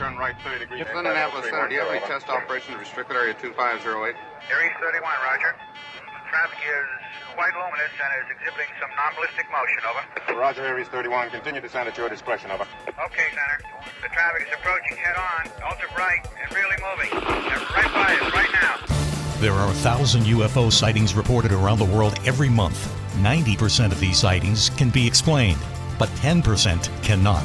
degrees. It's Indianapolis Center. Do you have any test operations restricted area 2508? Aries 31, roger. Traffic is quite luminous and is exhibiting some non-ballistic motion, over. Roger, Aries 31. Continue to sound at your discretion. Over. Okay, Center. The traffic is approaching head-on, ultra bright, and really moving. They're right by us right now. There are a thousand UFO sightings reported around the world every month. 90% of these sightings can be explained, but 10% cannot.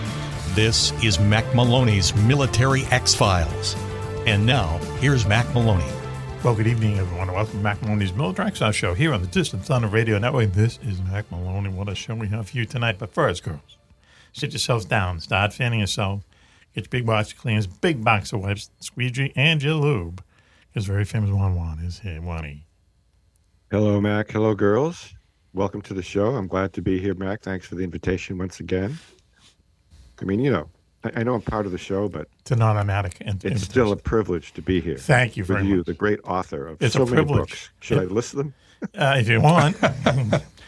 This is Mac Maloney's Military X Files. And now, here's Mac Maloney. Well, good evening, everyone. and Welcome to Mac Maloney's Military Exile Show here on the Distant Thunder Radio Network. This is Mac Maloney. What a show we have for you tonight. But first, girls, sit yourselves down, start fanning yourself, get your big box of cleaners, big box of wipes, squeegee, and your lube. It's very famous Juan Juan is here, Juani. Hello, Mac. Hello, girls. Welcome to the show. I'm glad to be here, Mac. Thanks for the invitation once again. I mean, you know, I, I know I'm part of the show, but It's an automatic. in- it's invitation. still a privilege to be here. Thank you with very you, much. the great author of It's so a many privilege. books. Should I list them? Uh, if you want.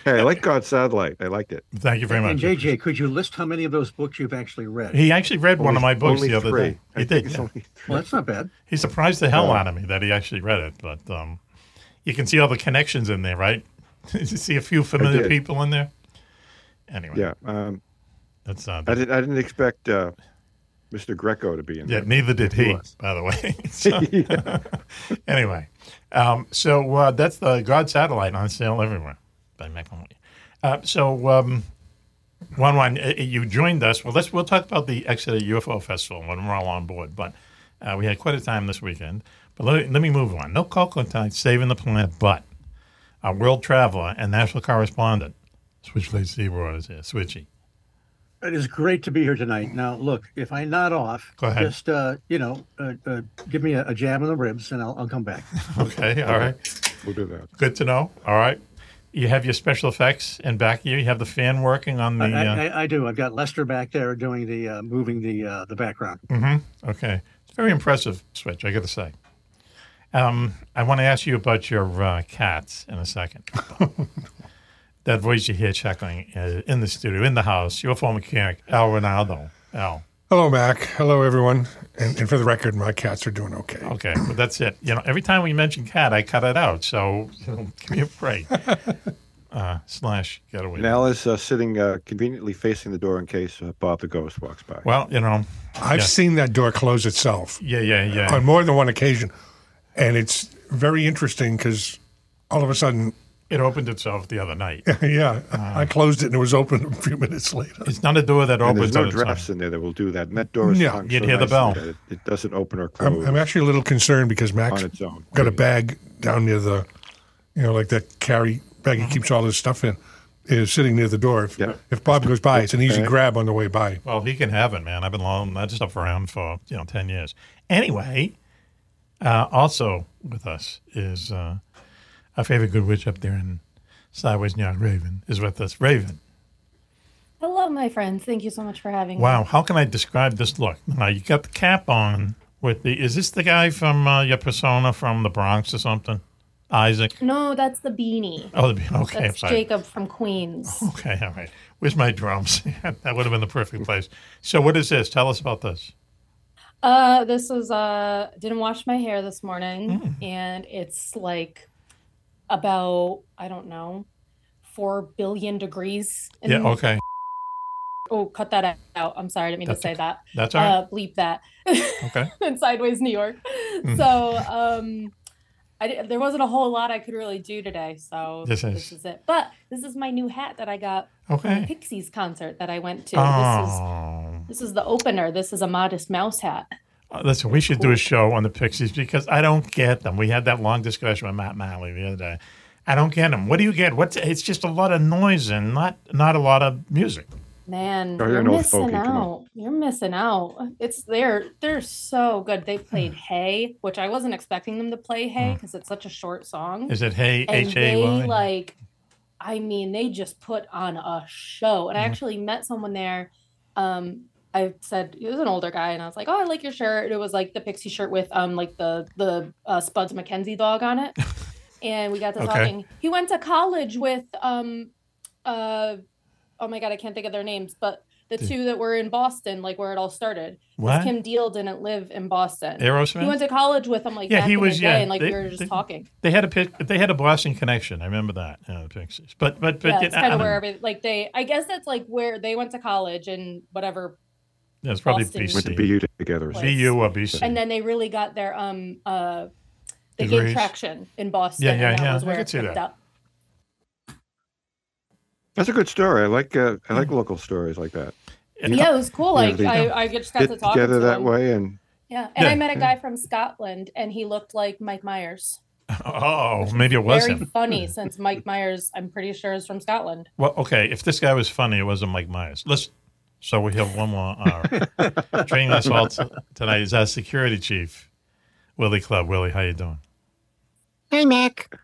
Hey, I like God's Satellite. I liked it. Thank you very much. And JJ, could you list how many of those books you've actually read? He actually read one of my Only- books only the other three. day. I He think did. it's yeah. only three. Well, that's not bad. He surprised the hell out of me that he actually read it. But um, you can see all the connections in there, right? you see a few familiar did. people in there. Anyway, Yeah, um, that's not. I didn't. I didn't expect uh, Mr. Greco to be in Yeah, there. neither did he, by the way. So- anyway, um, so uh, that's the God Satellite on sale everywhere by Macmillan. Uh, so, um, one one, uh, you joined us. Well, let's we'll talk about the Exeter UFO Festival when we're all on board. But uh, we had quite a time this weekend. But let me, let me move on. No Coquelin saving the planet, but a world traveler and national correspondent. Switchblade Seaboard is here. Switchy. It is great to be here tonight. Now, look, if I nod off, Go ahead. just uh, you know, uh, uh, give me a, a jab in the ribs, and I'll, I'll come back. Okay, all right. We'll do that. Good to know. All right. You have your special effects and back here. You have the fan working on the. I, uh, I, I do. I've got Lester back there doing the uh, moving the uh, the background. okay. It's very impressive switch, I got to say. Um, I want to ask you about your uh, cats in a second. that voice you hear chuckling uh, in the studio, in the house, your former mechanic, Al Ronaldo. Al. Hello, Mac. Hello, everyone. And, and for the record, my cats are doing okay. Okay, well, that's it. You know, every time we mention cat, I cut it out. So, you know, give me a break. Uh, slash getaway. And Al is uh, sitting uh, conveniently facing the door in case uh, Bob the Ghost walks by. Well, you know, I've seen that door close itself yeah, yeah, yeah. on more than one occasion. And it's very interesting because all of a sudden, It opened itself the other night. yeah, I closed it and it was open a few minutes later. Ah. It's not a door that and opens. there's no on its own. drafts in there that will do that. And that door is No, hung you'd so hear the nicely bell. that It, it doesn't open or close. I'm, I'm actually a little concerned because Max On its own. got a bag down near the, you know, like that carry bag Mm-hmm. he keeps all his stuff in, is sitting near the door. If, Yeah. if Bob goes by, it's an easy Okay. grab on the way by. Well, he can have it, man. I've been long that stuff around for you know ten years. Anyway, uh, also with us is uh, our favorite good witch up there in Sideways New York. Raven is with us. Raven, Hello, my friends. Thank you so much for having me. wow, how can I describe this look? Now you got the cap on with the. Is this the guy from uh, your persona from the Bronx or something? Isaac. No, that's the beanie. Oh, the- okay. I'm That's sorry. Jacob from Queens. Okay, all right. Where's my drums? that would have been the perfect place. So, what is this? Tell us about this. Uh, this was uh didn't wash my hair this morning, Mm. and it's like about I don't know four billion degrees. in- Yeah, okay. Oh, cut that out. I'm sorry, I didn't mean to That's say that. That's all right. Uh, bleep that. okay. Mm-hmm. in Sideways, New York. So, um, I, di- there wasn't a whole lot I could really do today. So This is- this is it. But this is my new hat that I got Okay. Pixies concert that I went to. Oh, Uh, This is this is the opener. This is a modest mouse hat. listen, we should do a show on the Pixies because I don't get them. We had that long discussion with Matt Malley the other day. I don't get them. What do you get? What's it's just a lot of noise and not not a lot of music. Man, Oh, you're you're an old missing fogey, come on. out. You're missing out. It's they're they're so good. They Hmm. played Hey, which I wasn't expecting them to play Hey because it's such a short song. Is it hey and H they A Y? like i mean they just put on a show Hmm. and i actually met someone there um i said he was an older guy and i was like oh i like your shirt it was like the pixie shirt with um like the the uh, spuds mckenzie dog on it and we got to Okay. talking he went to college with um uh oh my god i can't think of their names but the two that were in boston like where it all started 'Cause What? kim deal didn't live in boston he Aerosmith. went to college with them like Yeah, back he in was- the day, yeah, and like they- we were just they- talking they had a pic, they had a Boston connection. I remember that. Yeah, the Pixies. But but but yeah, it's I- I kind of don't where know. every like they. I guess that's like where they went to college and whatever, Yeah, it's probably Boston Went to BC. BU together. or Right. something. BU or BC. and then they really got their um uh they Degrees. gained traction in Boston. Yeah, and yeah, that yeah, Was I where could it see picked that. up. That's a good story. I like uh, I like local stories like that. Mm. Yeah. Yeah, it was cool. Like they I, I just got Get to talk to together that him. way and Yeah, and Yeah. I met a guy from Scotland, and he looked like Mike Myers. Oh, maybe it was Very him. funny, since Mike Myers, I'm pretty sure, is from Scotland. Well, okay. If this guy was funny, it wasn't Mike Myers. Let's. So we have one more hour. Training us all t- tonight is our security chief, Willie Club. Willie, how you doing? Hi, Mac.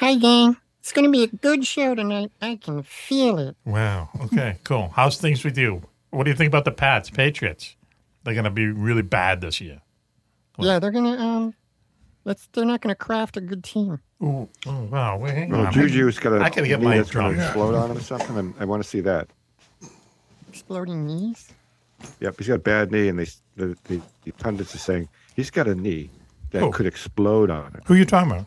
Hi, gang. It's going to be a good show tonight. I can feel it. Wow. Okay. Cool. How's things with you? What do you think about the Pats, Patriots? They're going to be really bad this year. Cool. Yeah, they're going to, um, let's, they're not going to craft a good team. Ooh. Oh, wow. Wait, hang well, on. Juju's got a I gotta get knee my that's gonna drum. explode on him or something. I'm, I want to see that. Exploding knees. Yep, he's got a bad knee, and they, s- the, the, the pundits are saying he's got a knee that Who? could explode on him. Who you talking about?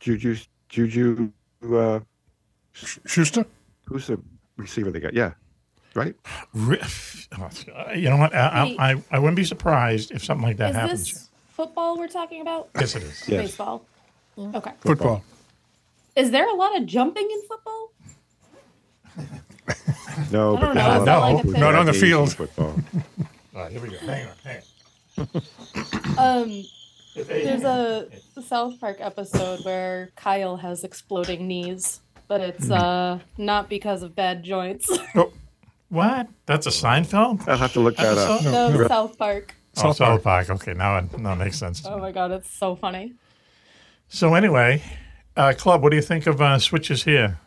Juju, Juju, uh, Sh- Schuster? who's the receiver they got? Yeah, right. Re- oh, You know what? I, I, I, I wouldn't be surprised if something like that Is happens. this football we're talking about? Yes, it is. Yes. Baseball. Okay. Football. Is there a lot of jumping in football? No, I don't know. but there's a It's not lot like it's of people who a- Not on the like Asian field. Football. All right, here we go. Hang on. Hang Um, on. There's a South Park episode where Kyle has exploding knees, but Hmm. it's uh not because of bad joints. What? That's a Seinfeld? I'll have to look that up. Episode? no, South Park. Oh, South Park. Okay, now it now it makes sense. Oh my god, it's so funny. So anyway, uh, club, what do you think of uh, switches here?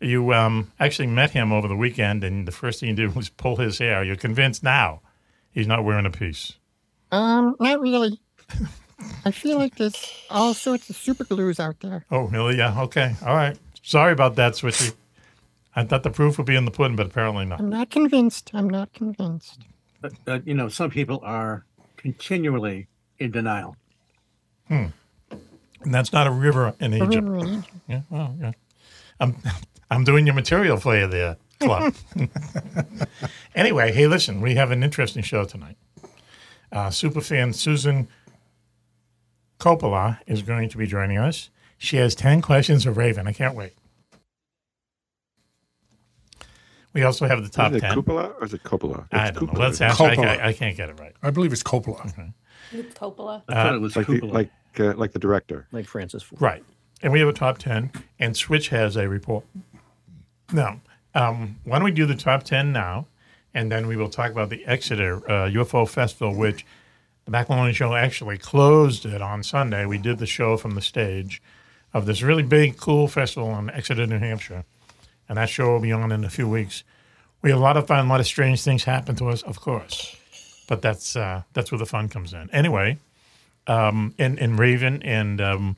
You um, actually met him over the weekend, and the first thing you did was pull his hair. You're convinced now he's not wearing a piece. Um, not really. I feel like there's all sorts of super glues out there. Oh, really? Yeah. Okay. All right. Sorry about that, Switchy. I thought the proof would be in the pudding, but apparently not. I'm not convinced. I'm not convinced. But, uh, you know, some people are continually in denial. And that's not a river in Egypt. Really? Yeah. Well, yeah. I'm I'm doing your material for you there, club. anyway, hey, listen, we have an interesting show tonight. Uh, superfan Susan Coppola is going to be joining us. She has ten questions of Raven. I can't wait. We also have the top is it ten. Cupola or is it Coppola? I It's don't know. Cupola, Let's isn't it? ask. I, Coppola. can't- I can't get it right. I believe it's Coppola. It's Coppola. I thought it was like the, cupola. like uh, like the director. like Francis Ford. Right. And we have a top 10, and Switch has a report. Now, um, why don't we do the top 10 now, and then we will talk about the Exeter uh, UFO Festival, which the Macaroni Show actually closed it on Sunday. We did the show from the stage of this really big, cool festival in Exeter, New Hampshire, and that show will be on in a few weeks. We had a lot of fun, a lot of strange things happen to us, of course, but that's uh, that's where the fun comes in. Anyway, um, and, and Raven and um,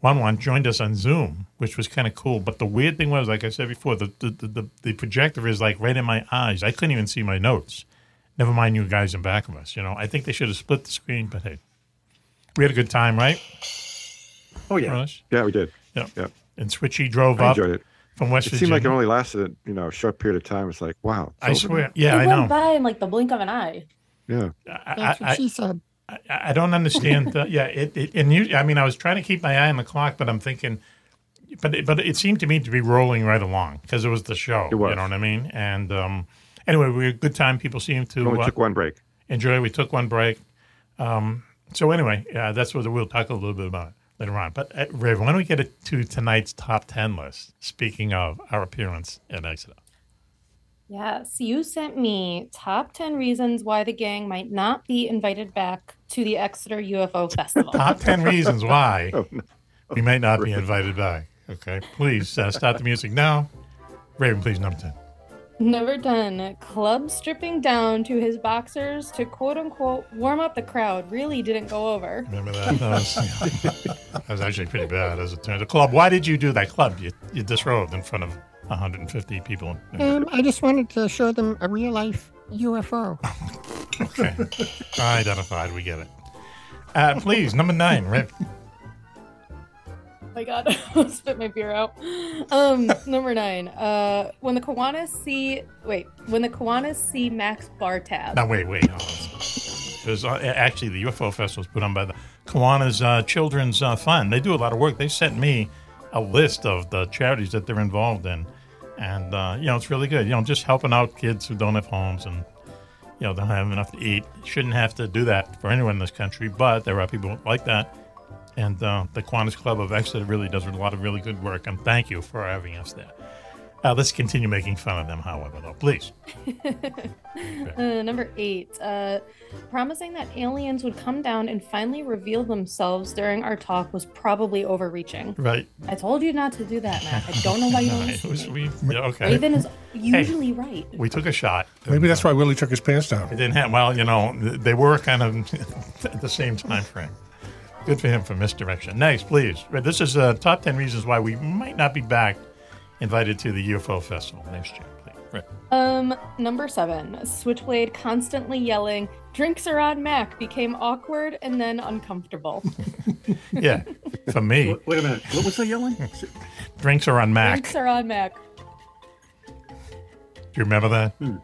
Juan Juan joined us on Zoom, which was kind of cool. But the weird thing was, like I said before, the the, the- the the projector is like right in my eyes. I couldn't even see my notes. Never mind you guys in back of us. You know, I think they should have split the screen, but hey, we had a good time, right? oh, yeah. Ross? Yeah, we did. Yeah. Yeah, And Switchy drove I up enjoyed it. from West It seemed Virginia. like it only lasted you know a short period of time. It's like wow. I it's over swear, yeah, it I went know. by in like the blink of an eye. now. Yeah. I, That's what I, she said. I, I don't understand. The, yeah, it, it and you. I mean, I was trying to keep my eye on the clock, but I'm thinking, but it, but it seemed to me to be rolling right along because it was the show. It was. You know what I mean? And um, anyway, we had a good time. People seemed We to only uh, took one break. enjoy. We took one break. Um, so anyway, uh, that's what we'll talk a little bit about later on. But uh, Raven, why don't we get it to tonight's top ten list? Speaking of our appearance at Exeter, Yes, you sent me top 10 reasons why the gang might not be invited back to the Exeter UFO Festival. Top 10 reasons why we might not be invited back. Okay. Please uh, stop the music now. Raven, please, number 10. Number 10, club stripping down to his boxers to quote unquote warm up the crowd really didn't go over. Remember uh, that? That was, that was actually pretty bad as it turned out. Club, why did you do that club? You, you disrobed in front of 150 people. Um, I just wanted to show them a real life UFO. Okay. Identified. We get it. Uh, please, number nine, Raven. Oh my god, I spit my beer out. Um, number nine. Uh, when the Kiwanis see wait, when the Kiwanis see Max Bartab. Now, wait, wait. hold on. It was, uh, actually, the UFO Festival was put on by the Kiwanis uh, Children's uh, Fund. They do a lot of work. They sent me a list of the charities that they're involved in. And, uh, you know, it's really good. You know, just helping out kids who don't have homes and, you know, don't have enough to eat. Shouldn't have to do that for anyone in this country, but there are people like that. And uh, the Kiwanis Club of Exeter really does a lot of really good work. And thank you for having us there. Uh, let's continue making fun of them, however, though, please. Uh, number eight, uh, promising that aliens would come down and finally reveal themselves during our talk was probably overreaching. Right. I told you not to do that, Matt. I don't know why you All don't right. listen. We, yeah, okay. Raven is usually right. We took a shot. Maybe that's why Willie took his pants down. It didn't happen. Well, you know, th- they were kind of at the same time frame. Good for him for misdirection. Next, please. Right, This is uh, top 10 reasons why we might not be back invited to the UFO Festival next year, please. Right. Um, number seven, Switchblade constantly yelling, drinks are on Mac became awkward and then uncomfortable. Yeah, for me, Wait, wait a minute. What was the yelling? drinks are on Mac. Drinks are on Mac. Do you remember that? Hmm.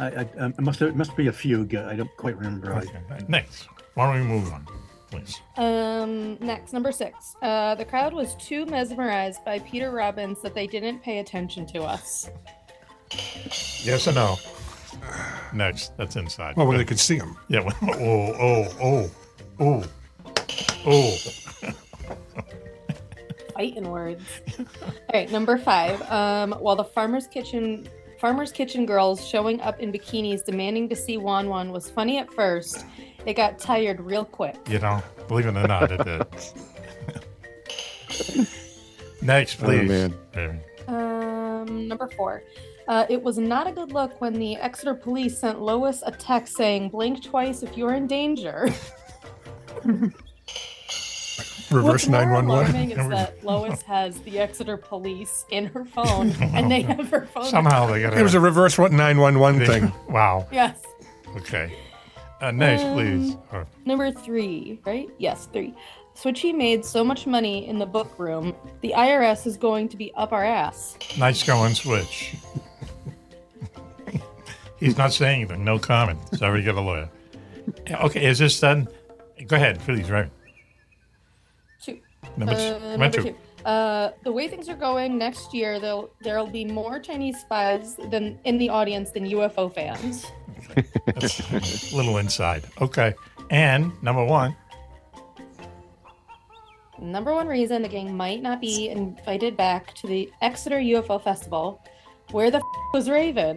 I, I, um, it must it must be a fugue. I don't quite remember. I, Okay, Next. Why don't we move on, please? Um, next, number six. Uh, the crowd was too mesmerized by Peter Robbins that they didn't pay attention to us. Yes or no? Next. That's inside. Well, when they could see him. Yeah. well, Oh, oh, oh, oh, oh. Fighting words. All right, number five. Um, while the farmer's kitchen farmer's kitchen girls showing up in bikinis demanding to see Wan Wan was funny at first, it got tired real quick. You know, believe it or not, it did. Next, Oh, please. man. Very- Um, number four. Uh, it was not a good look when the Exeter police sent Lois a text saying, blink twice if you're in danger. Reverse What's more alarming 911. is that Lois has the Exeter police in her phone, and they have her phone. Somehow they got It was a reverse what 911 thing. Wow. Yes. Okay. Uh, next, please. Oh, Um, Number three, right? Yes, three. Switchy made so much money in the book room, the IRS is going to be up our ass. nice going, Switch. He's not saying anything. No comment. Sorry, get a lawyer. Yeah, Okay, is this done? Go ahead, please. Right. Two. Number, Uh, two. number two. Uh, the way things are going next year, there'll there'll be more Chinese spies than in the audience than UFO fans. That's a little inside. Okay. And number one. Number one reason the gang might not be invited back to the Exeter UFO Festival. Where the f- was Raven?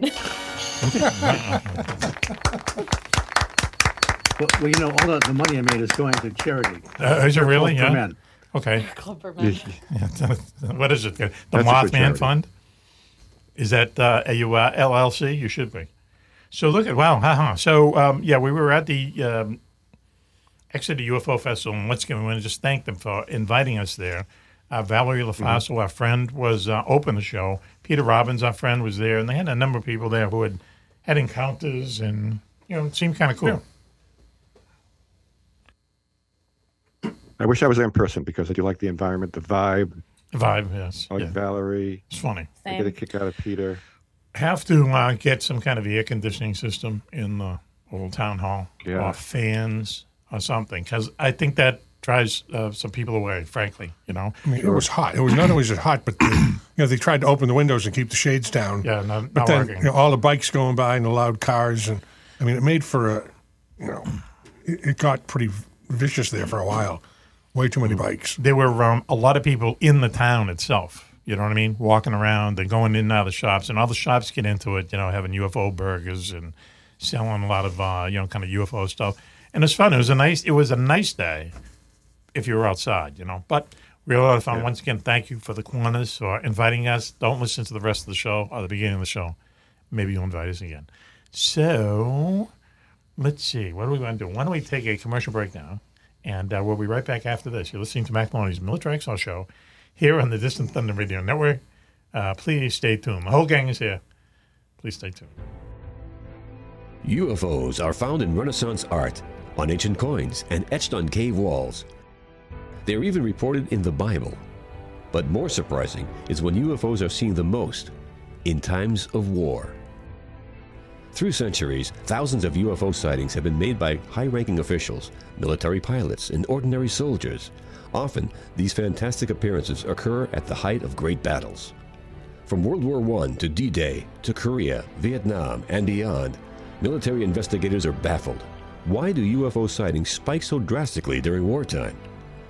well, well, you know, all the, the money I made is going to charity. Uh, is it really? For Yeah. men. Okay. Club for Men. Yeah, what is it? The good Mothman charity. Fund? Is that uh, a U- uh, LLC? You should be. So look at wow, haha. So um, yeah, we were at the um, Exeter UFO Festival, and once again, we want to just thank them for inviting us there. Uh, Valerie LaFaso, our friend, was uh, opened the show. Peter Robbins, our friend, was there, and they had a number of people there who had had encounters, and you know, it seemed kind of cool. I wish I was there in person because I do like the environment, the vibe. Vibe, yes, I like yeah. Valerie. it's funny. I get a Same. kick out of Peter. have to uh, get some kind of air conditioning system in the old town hall Yeah. or fans or something because I think that drives uh, some people away, frankly, you know? I mean, it was hot. It was not only was it hot, but they, you know they tried to open the windows and keep the shades down. Yeah, not, but not then working. you know, all the bikes going by and the loud cars, and I mean, it made for a, you know, it, it got pretty vicious there for a while. Way too many bikes. There were um, a lot of people in the town itself. You know what I mean? Walking around, they're going in and out of the shops, and all the shops get into it. You know, having UFO burgers and selling a lot of uh, you know kind of UFO stuff. And it's fun. It was a nice. It was a nice day if you were outside. You know, but. We had a lot of fun. Once again, thank you for the corners for inviting us. Don't listen to the rest of the show or the beginning of the show. Maybe you'll invite us again. So let's see. What are we going to do? Why don't we take a commercial break now? And uh, we'll be right back after this. You're listening to Mac Maloney's Military Exile Show here on the Distant Thunder Radio Network. Uh, please stay tuned. The whole gang is here. Please stay tuned. UFOs are found in Renaissance art, on ancient coins, and etched on cave walls. They are even reported in the Bible. But more surprising is when UFOs are seen the most in times of war. Through centuries, thousands of UFO sightings have been made by high ranking officials, military pilots, and ordinary soldiers. Often, these fantastic appearances occur at the height of great battles. From World War I to D Day to Korea, Vietnam, and beyond, military investigators are baffled. Why do UFO sightings spike so drastically during wartime?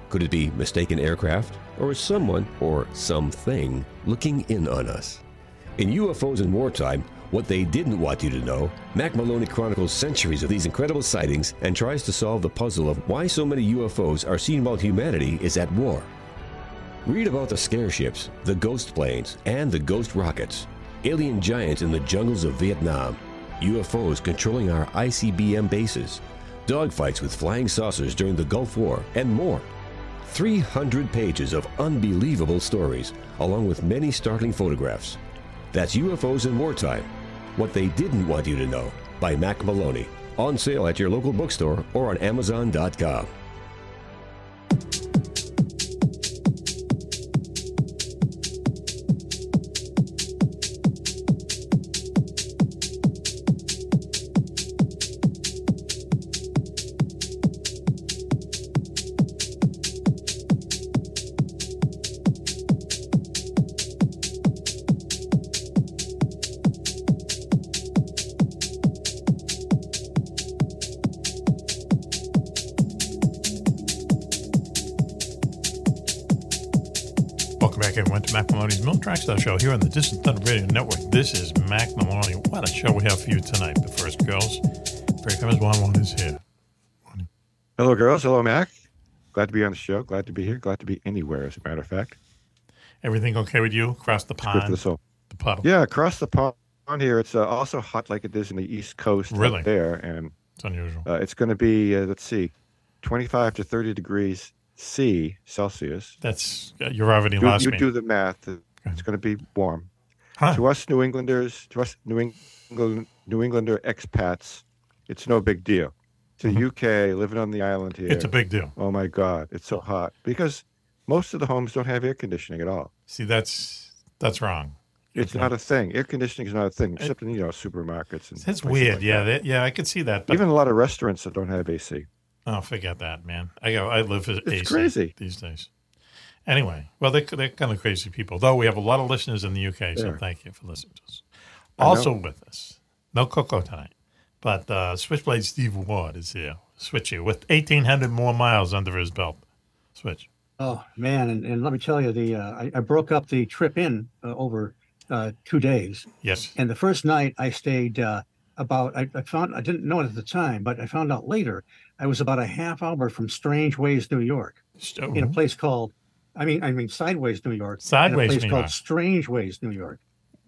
Could it be mistaken aircraft, or is someone or something looking in on us? In UFOs in Wartime, What They Didn't Want You to Know, Mac Maloney chronicles centuries of these incredible sightings and tries to solve the puzzle of why so many UFOs are seen while humanity is at war. Read about the scare ships, the ghost planes, and the ghost rockets, alien giants in the jungles of Vietnam, UFOs controlling our ICBM bases, dogfights with flying saucers during the Gulf War, and more. 300 pages of unbelievable stories, along with many startling photographs. That's UFOs in Wartime What They Didn't Want You to Know by Mac Maloney. On sale at your local bookstore or on Amazon.com. Welcome back, everyone, to Mac Maloney's Milk Track Star Show here on the Distant Thunder Radio Network. This is Mac Maloney. What a show we have for you tonight. But first, girls, here comes one. One is here. Hello, girls. Hello, Mac. Glad to be on the show. Glad to be here. Glad to be anywhere, as a matter of fact. Everything okay with you? Across the Good for the pond, soul. the puddle. Yeah, across the pond here, it's uh, also hot like it is in the East Coast up Really? there, and It's unusual. uh, it's going to be uh, let's see, 25 to 30 degrees C Celsius. That's uh, you're already You, lost you me. do the math. It's going to be warm. Huh. To us New Englanders, to us New England New Englander expats, it's no big deal. To UK living on the island here, Mm-hmm. It's a big deal. oh my God, it's so hot because most of the homes don't have air conditioning at all. See, that's that's wrong. It's Okay. not a thing. Air conditioning is not a thing, except in you know supermarkets. And That's places weird. like yeah, that. that, yeah, I could see that. But even a lot of restaurants that don't have AC. Oh, forget that, man. I go. I live as AC crazy. these days. Anyway, well, they're, they're kind of crazy people, though. We have a lot of listeners in the UK, so Yeah. thank you for listening to us. know. Also with us, no Coco tonight, but uh, Switchblade Steve Ward is here. Switchy with eighteen hundred more miles under his belt. Switch. Oh man, and, and let me tell you, the uh, I, I broke up the trip in uh, over uh, two days, Yes. and the first night I stayed uh, about. I, I found I didn't know it at the time, but I found out later. I was about a half hour from Strange Ways, New York, So- in a place called. I mean, I mean Sideways, New York. in uh-huh. Sideways, a place New called York. Strange Ways, New York.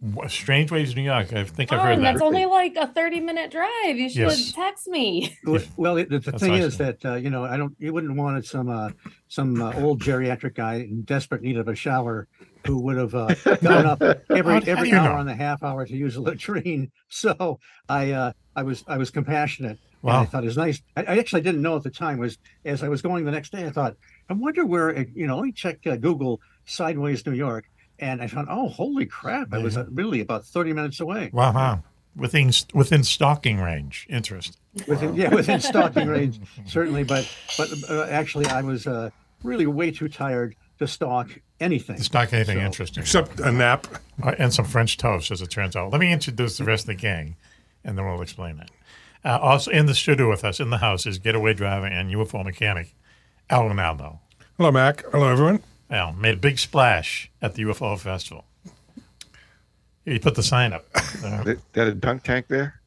w- Strange Waves, New York. I think I've Fun, heard Oh, that's that. only like a 30 minute drive. You should Yes. text me. Well, Well, it, the That's thing nice is of that uh, you know I don't. You wouldn't want it some uh, some uh, old geriatric guy in desperate need of a shower who would have uh, gone up every How do- how do every you hour know? and a half hour to use a latrine. So I uh, I was I was compassionate. And Wow. I thought it was nice. I, I actually didn't know at the time was as I was going the next day. I thought I wonder where it, you know. Let me check uh, Google sideways New York, and I found oh holy crap! I was uh, really about thirty minutes away. Wow, wow. Within within stalking range. Interest. within yeah within stalking range certainly but but uh, actually i was uh, really way too tired to stalk anything Stalk anything So- interesting. Except a nap. Uh, and some French toast, as it turns out. Let me introduce the rest of the gang, and then we'll explain that. Uh, also in the studio with us, in the house, is getaway driver and UFO mechanic Alan Aldo. Hello, Mac. Hello, everyone. Well, made a big splash at the UFO festival. He put the sign up. Uh, Is that a dunk tank there?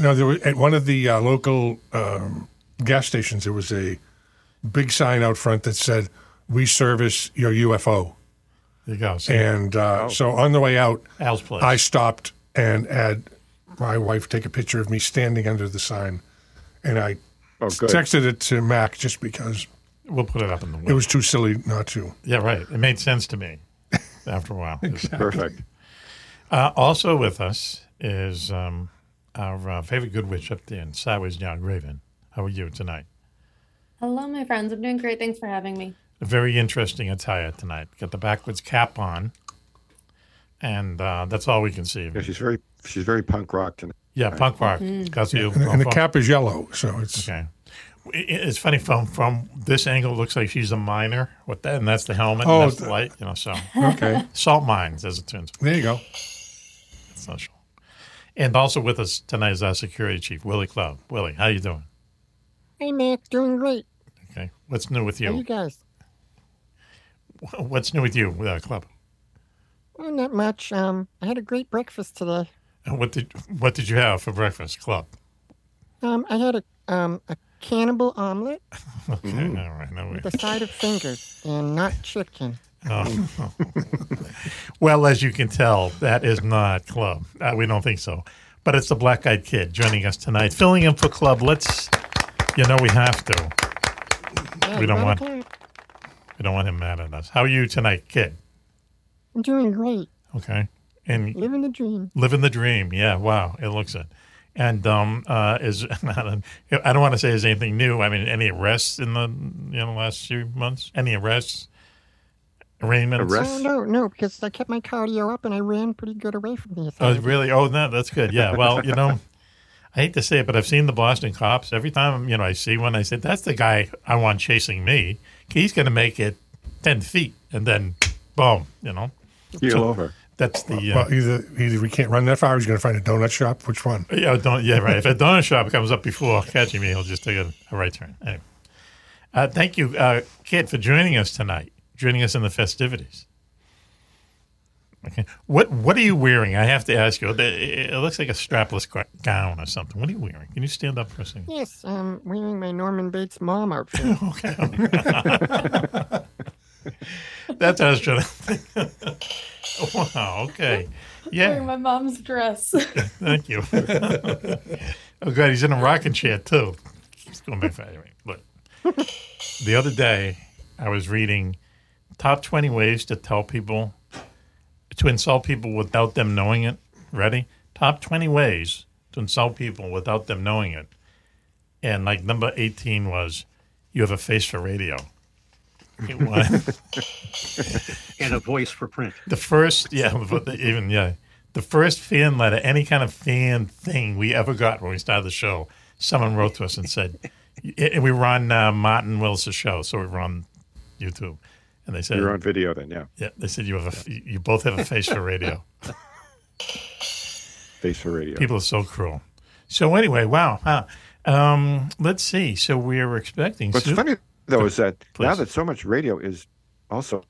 No, there was, at one of the uh, local um, gas stations, there was a big sign out front that said, "We service your UFO." There you go. See? And uh, Oh. so on the way out, Al's place. I stopped and had my wife take a picture of me standing under the sign, and I Oh, good. texted it to Mac just because we'll put it up in the web. it was too silly not to. Yeah, right. It made sense to me after a while. Perfect. Uh, also with us is um, our uh, favorite good witch up there in Sideways Down Raven. How are you tonight? Hello, my friends. I'm doing great. Thanks for having me. A very interesting attire tonight. Got the backwards cap on, and uh, that's all we can see. Yeah, she's very she's very punk rock tonight. Yeah, punk rock. Mm-hmm. Mm. Got you. Oh, And, and the cap is yellow, so it's Okay. I- It's funny from from this angle. It looks like she's a miner with that, and that's the helmet. Oh, and that's the th- light. You know, so okay. salt mines as it turns. There you go. It's not sure. And also with us tonight is our security chief, Willie Cloud. Willie, how you doing? Hey, Mac, doing great. Okay. What's new with How you you? guys? What's new with you with our club? Oh, not much. Um, I had a great breakfast today. And Uh, What did What did you have for breakfast, club? Um, I had a um a cannibal omelet Okay, all right. No, we, with a side of fingers and not chicken. oh. well, as you can tell, that is not club. Uh, we don't think so. But it's the Black Eyed Kid joining us tonight, filling in for club. Let's, you know, we have to. Yeah, We don't about want- that. We don't want him mad at us. How are you tonight, kid? I'm doing great. Okay. And Living the dream. Living the dream. Yeah. Wow. It looks it. And um, uh, is I don't want to say is anything new. I mean, any arrests in the you know last few months? Any arrests? Arraignments? Arrests? Oh no, no, because I kept my cardio up and I ran pretty good away from Um, the Oh, authorities. really? Oh, no, that's good. Yeah. Well, you know, I hate to say it, but I've seen the Boston cops. Every time you know I see one, I say that's the guy I want chasing me. He's going to make it ten feet, and then boom. You know, Heel over. that's the uh, Well, either either we can't run that far, or he's going to find a donut shop. Which one? Yeah, don't. Yeah, right. If a donut shop comes up before catching me, he'll just take a, a right turn. Anyway, uh, thank you, uh, Kit, for joining us tonight. Joining us in the festivities. Okay. What What are you wearing? I have to ask you. It, it- it looks like a strapless gr- gown or something. What are you wearing? Can you stand up for a second? Yes, I'm wearing my Norman Bates mom outfit. Okay. That's what I was trying to think. wow. Okay. Yeah. Wearing my mom's dress. Thank you. oh, good. He's in a rocking chair too. It's going back for anyway. Look, the other day I was reading top twenty ways to tell people to insult people without them knowing it. Ready? Top twenty ways to insult people without them knowing it. And like number eighteen was, you have a face for radio. It was. and a voice for print. The first, yeah, but the- even yeah, the first fan letter, any kind of fan thing we ever got when we started the show, someone wrote to us and said, and we were on uh, Martin Willis' show, so we were on YouTube, and they said, You're on video then, yeah. yeah, they said you have a, you both have a face for radio. Face for radio. People are so cruel. So anyway, wow, huh? Um, let's see. So we are expecting. What's Sue- funny though is that now Please. that so much radio is also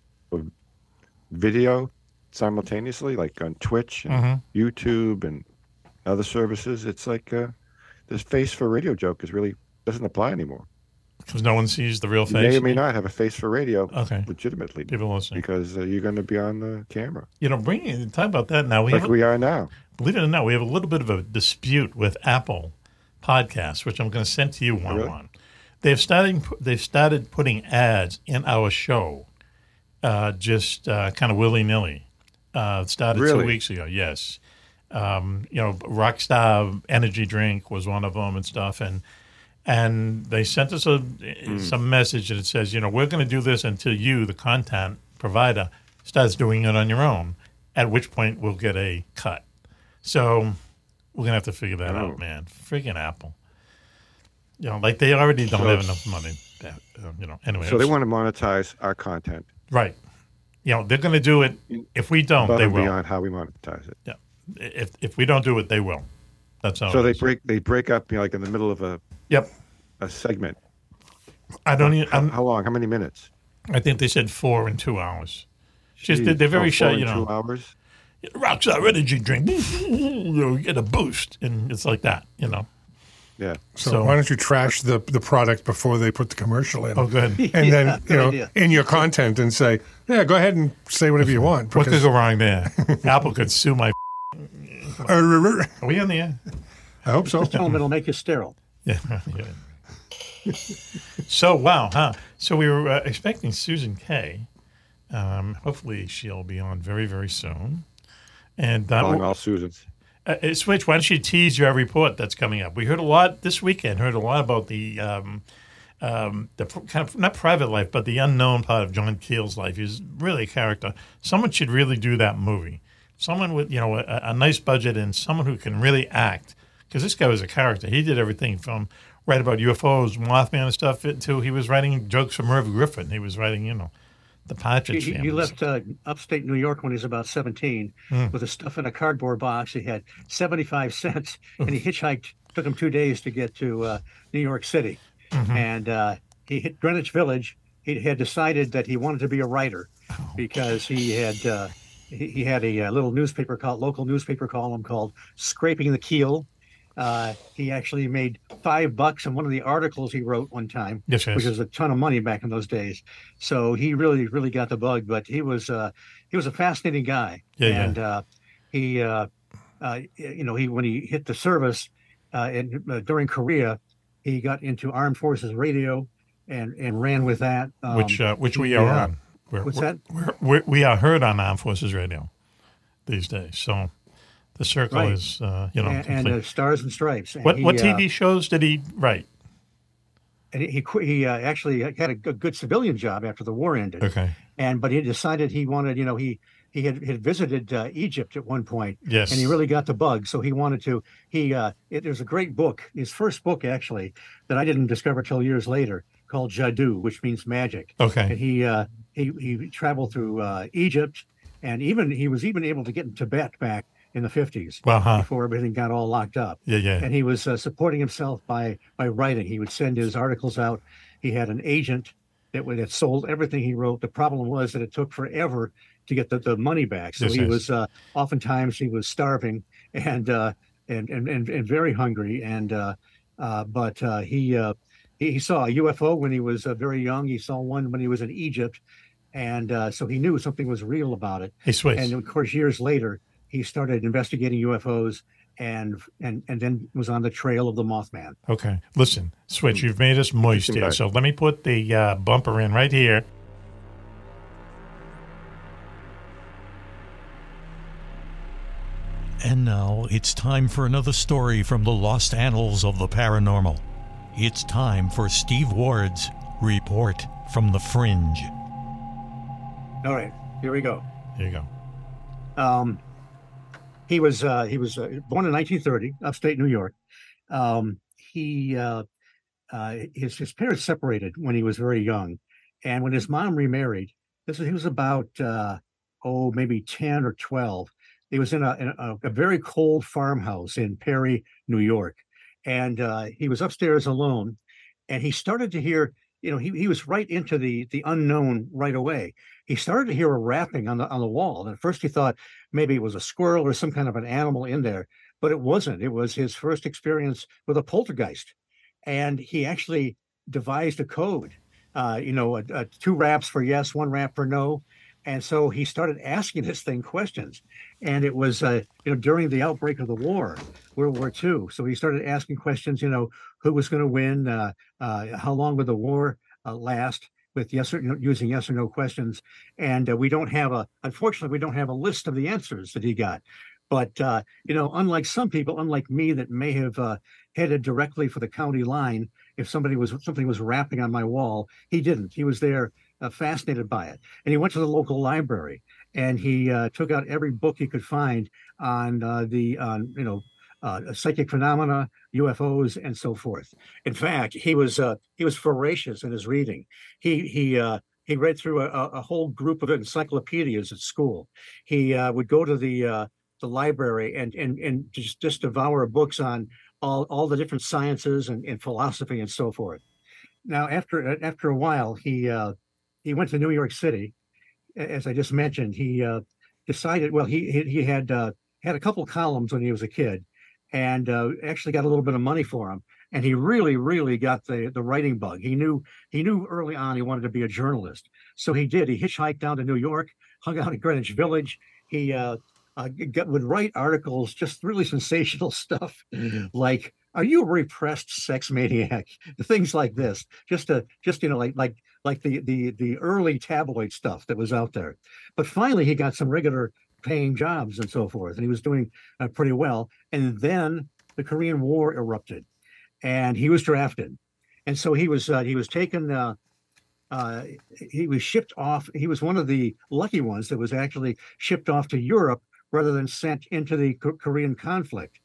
video simultaneously, like on Twitch and Mm-hmm. YouTube and other services, it's like uh, this face for radio joke is really doesn't apply anymore. 'cause no one sees the real You face. may or may not have a face for radio, Okay. legitimately, People listening. because uh, you're going to be on the camera You know, bringing talk about that now. We like have a- we are now. Believe it or not, we have a little bit of a dispute with Apple Podcasts, which I'm going to send to you one Really? one. They've started they've started putting ads in our show, uh, just uh, kind of willy nilly. Uh, it started Really? two weeks ago. Yes, um, you know, Rockstar Energy Drink was one of them and stuff, and and they sent us a Mm. some message and it says, you know, we're going to do this until you, the content provider, starts doing it on your own. At which point we'll get a cut. So we're gonna have to figure that Oh. out, man. Freaking Apple. You know, like they already don't So- have enough money. That, uh, you know, anyway. So they it's- want to monetize our content right. You know, they're gonna do it. If we don't, above Oh, they and will. beyond how we monetize it. Yeah. If if we don't do it, they will. That's how. So it they is. break they break up, you know, like in the middle of a, Yep. a segment. I don't. Even, I'm, How long? How many minutes? I think they said four in two hours. Just Jeez, they're, they're very oh, shy, four you in know. Two hours. Rock star energy drink, you know, you get a boost, and it's like that, you know. Yeah. So, So- why don't you trash the the product before they put the commercial in? Oh, good. And then Yeah, you good know idea. in your content and say, yeah, go ahead and say whatever you want. What could because- go wrong there? Apple could sue my. I Are we on the air? hope so. Tell them it'll make you sterile. Yeah. yeah. so wow, huh? So we were uh, expecting Susan Kay. Um, hopefully she'll be on very very soon. And uh, Calling all Susans. Uh, uh, Switch, why don't you tease your report that's coming up? We heard a lot this weekend. Heard a lot about the um, um, the pr- kind of not private life, but the unknown part of John Keel's life. He's really a character. Someone should really do that movie. Someone with you know a, a nice budget and someone who can really act. Because this guy was a character. He did everything from write about UFOs, Mothman, and stuff. it- To he was writing jokes for Merv Griffin. He was writing you know the He, Partridge he- he Family. left uh, upstate New York when he was about 17 Hmm. with the stuff in a cardboard box. He had 75 cents and he hitchhiked. Took him two days to get to uh, New York City. Mm-hmm. And uh, he hit Greenwich Village. He had decided that he wanted to be a writer Oh. because he had. Uh, he he had a, uh little newspaper called local newspaper column called "Scraping the Keel." Uh, he actually made five bucks on one of the articles he wrote one time, Yes, yes. which was a ton of money back in those days. So he really, really got the bug. But he was uh, he was a fascinating guy, Yeah, yeah. and Uh, he uh, uh, you know he when he hit the service uh, in, uh, during Korea, he got into Armed Forces Radio and and ran with that. Um, which uh, which we are yeah. on. We're, What's we're, that? We're, we're, we are heard on Armed Forces Radio these days. So the circle Right. is, uh, you know, and, and complete. uh, Stars and Stripes. And what he, what uh, TV shows did he write? and he he, qu- he uh, actually had a, g- good civilian job after the war ended Okay. and but he decided he wanted you know he he had, had visited uh, egypt at one point Yes. and he really got the bug so he wanted to he uh it, there's a great book his first book actually that i didn't discover till years later called jadoo which means magic and Okay. he uh he he traveled through uh egypt and even he was even able to get in tibet back in the 50s Well, huh. before everything got all locked up Yeah, yeah. and he was uh, supporting himself by by writing. He would send his articles out. He had an agent that would that sold everything he wrote. The problem was that it took forever to get the, the money back. So Yes, he yes. was uh, oftentimes he was starving and uh, and, and and and very hungry. And uh, uh, but uh, he, uh, he he saw a UFO when he was uh, very young. He saw one when he was in Egypt, and uh, so he knew something was real about it. Hey, Switch. And of course, years later, he started investigating UFOs and and and then was on the trail of the Mothman. Okay. Listen, Switch, you've made us moist here. back. So let me put the uh, bumper in right here. And now it's time for another story from the lost annals of the paranormal. It's time for Steve Ward's report from the fringe. All right, here we go. Here you go. Um, he was uh, he was uh, born in 1930, upstate New York. Um, he uh, uh, his his parents separated when he was very young, and when his mom remarried, this was, he was about uh, oh maybe 10 or 12. He was in a, in a a very cold farmhouse in Perry, New York, and uh, he was upstairs alone, and he started to hear. You know, he, he was right into the the unknown right away he started to hear a rapping on the on the wall. And at first he thought maybe it was a squirrel or some kind of an animal in there, but it wasn't. It was his first experience with a poltergeist, and he actually devised a code. Uh, you know, a, a two raps for yes, one rap for no, and so he started asking this thing questions. And it was uh, you know during the outbreak of the war, World War II. So he started asking questions. You know, who was going to win? Uh, uh, how long would the war uh, last? With yes or no, using yes or no questions, and uh, we don't have a unfortunately we don't have a list of the answers that he got but uh, you know unlike some people unlike me that may have uh, headed directly for the county line if somebody was something was rapping on my wall he didn't he was there uh, fascinated by it and he went to the local library and he uh, took out every book he could find on uh, the on you know uh, psychic phenomena ufos and so forth in fact he was uh, he was voracious in his reading he he uh, he read through a, a a whole group of encyclopedias at school. He uh, would go to the uh, the library and and and just, just devour books on all all the different sciences and, and philosophy and so forth. Now after after a while, he uh, he went to New York City, A- as I just mentioned. He uh, decided. Well, he he, he had uh, had a couple columns when he was a kid, and uh, actually got a little bit of money for him. And he really, really got the the writing bug. He knew he knew early on he wanted to be a journalist, so he did. He hitchhiked down to New York, hung out in Greenwich Village. He uh, uh, g- g- would write articles, just really sensational stuff, like "Are you a repressed sex maniac?" Things like this, just to just you know, like like like the the the early tabloid stuff that was out there. But finally, he got some regular paying jobs and so forth, and he was doing uh, pretty well. And then the Korean War erupted, and he was drafted, and so he was uh, he was taken. Uh, uh, he was shipped off. He was one of the lucky ones that was actually shipped off to Europe rather than sent into the Ko- Korean conflict.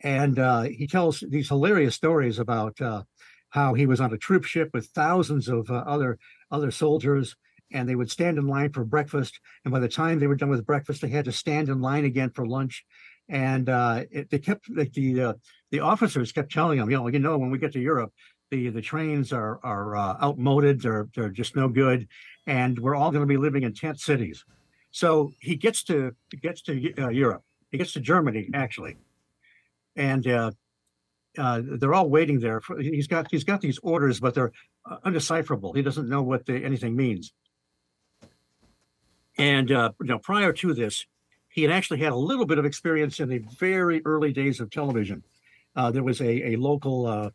And uh, he tells these hilarious stories about uh, how he was on a troop ship with thousands of uh, other other soldiers, and they would stand in line for breakfast. And by the time they were done with breakfast, they had to stand in line again for lunch. And uh, it, they kept like, the uh, the officers kept telling him, you know, you know, when we get to Europe, the the trains are are uh, outmoded they're they're just no good and we're all going to be living in tent cities so he gets to he gets to uh, europe he gets to germany actually and uh uh, they're all waiting there. For, he's got he's got these orders, but they're uh, undecipherable. He doesn't know what the, anything means. And uh, you know, prior to this, he had actually had a little bit of experience in the very early days of television. Uh, there was a a local uh,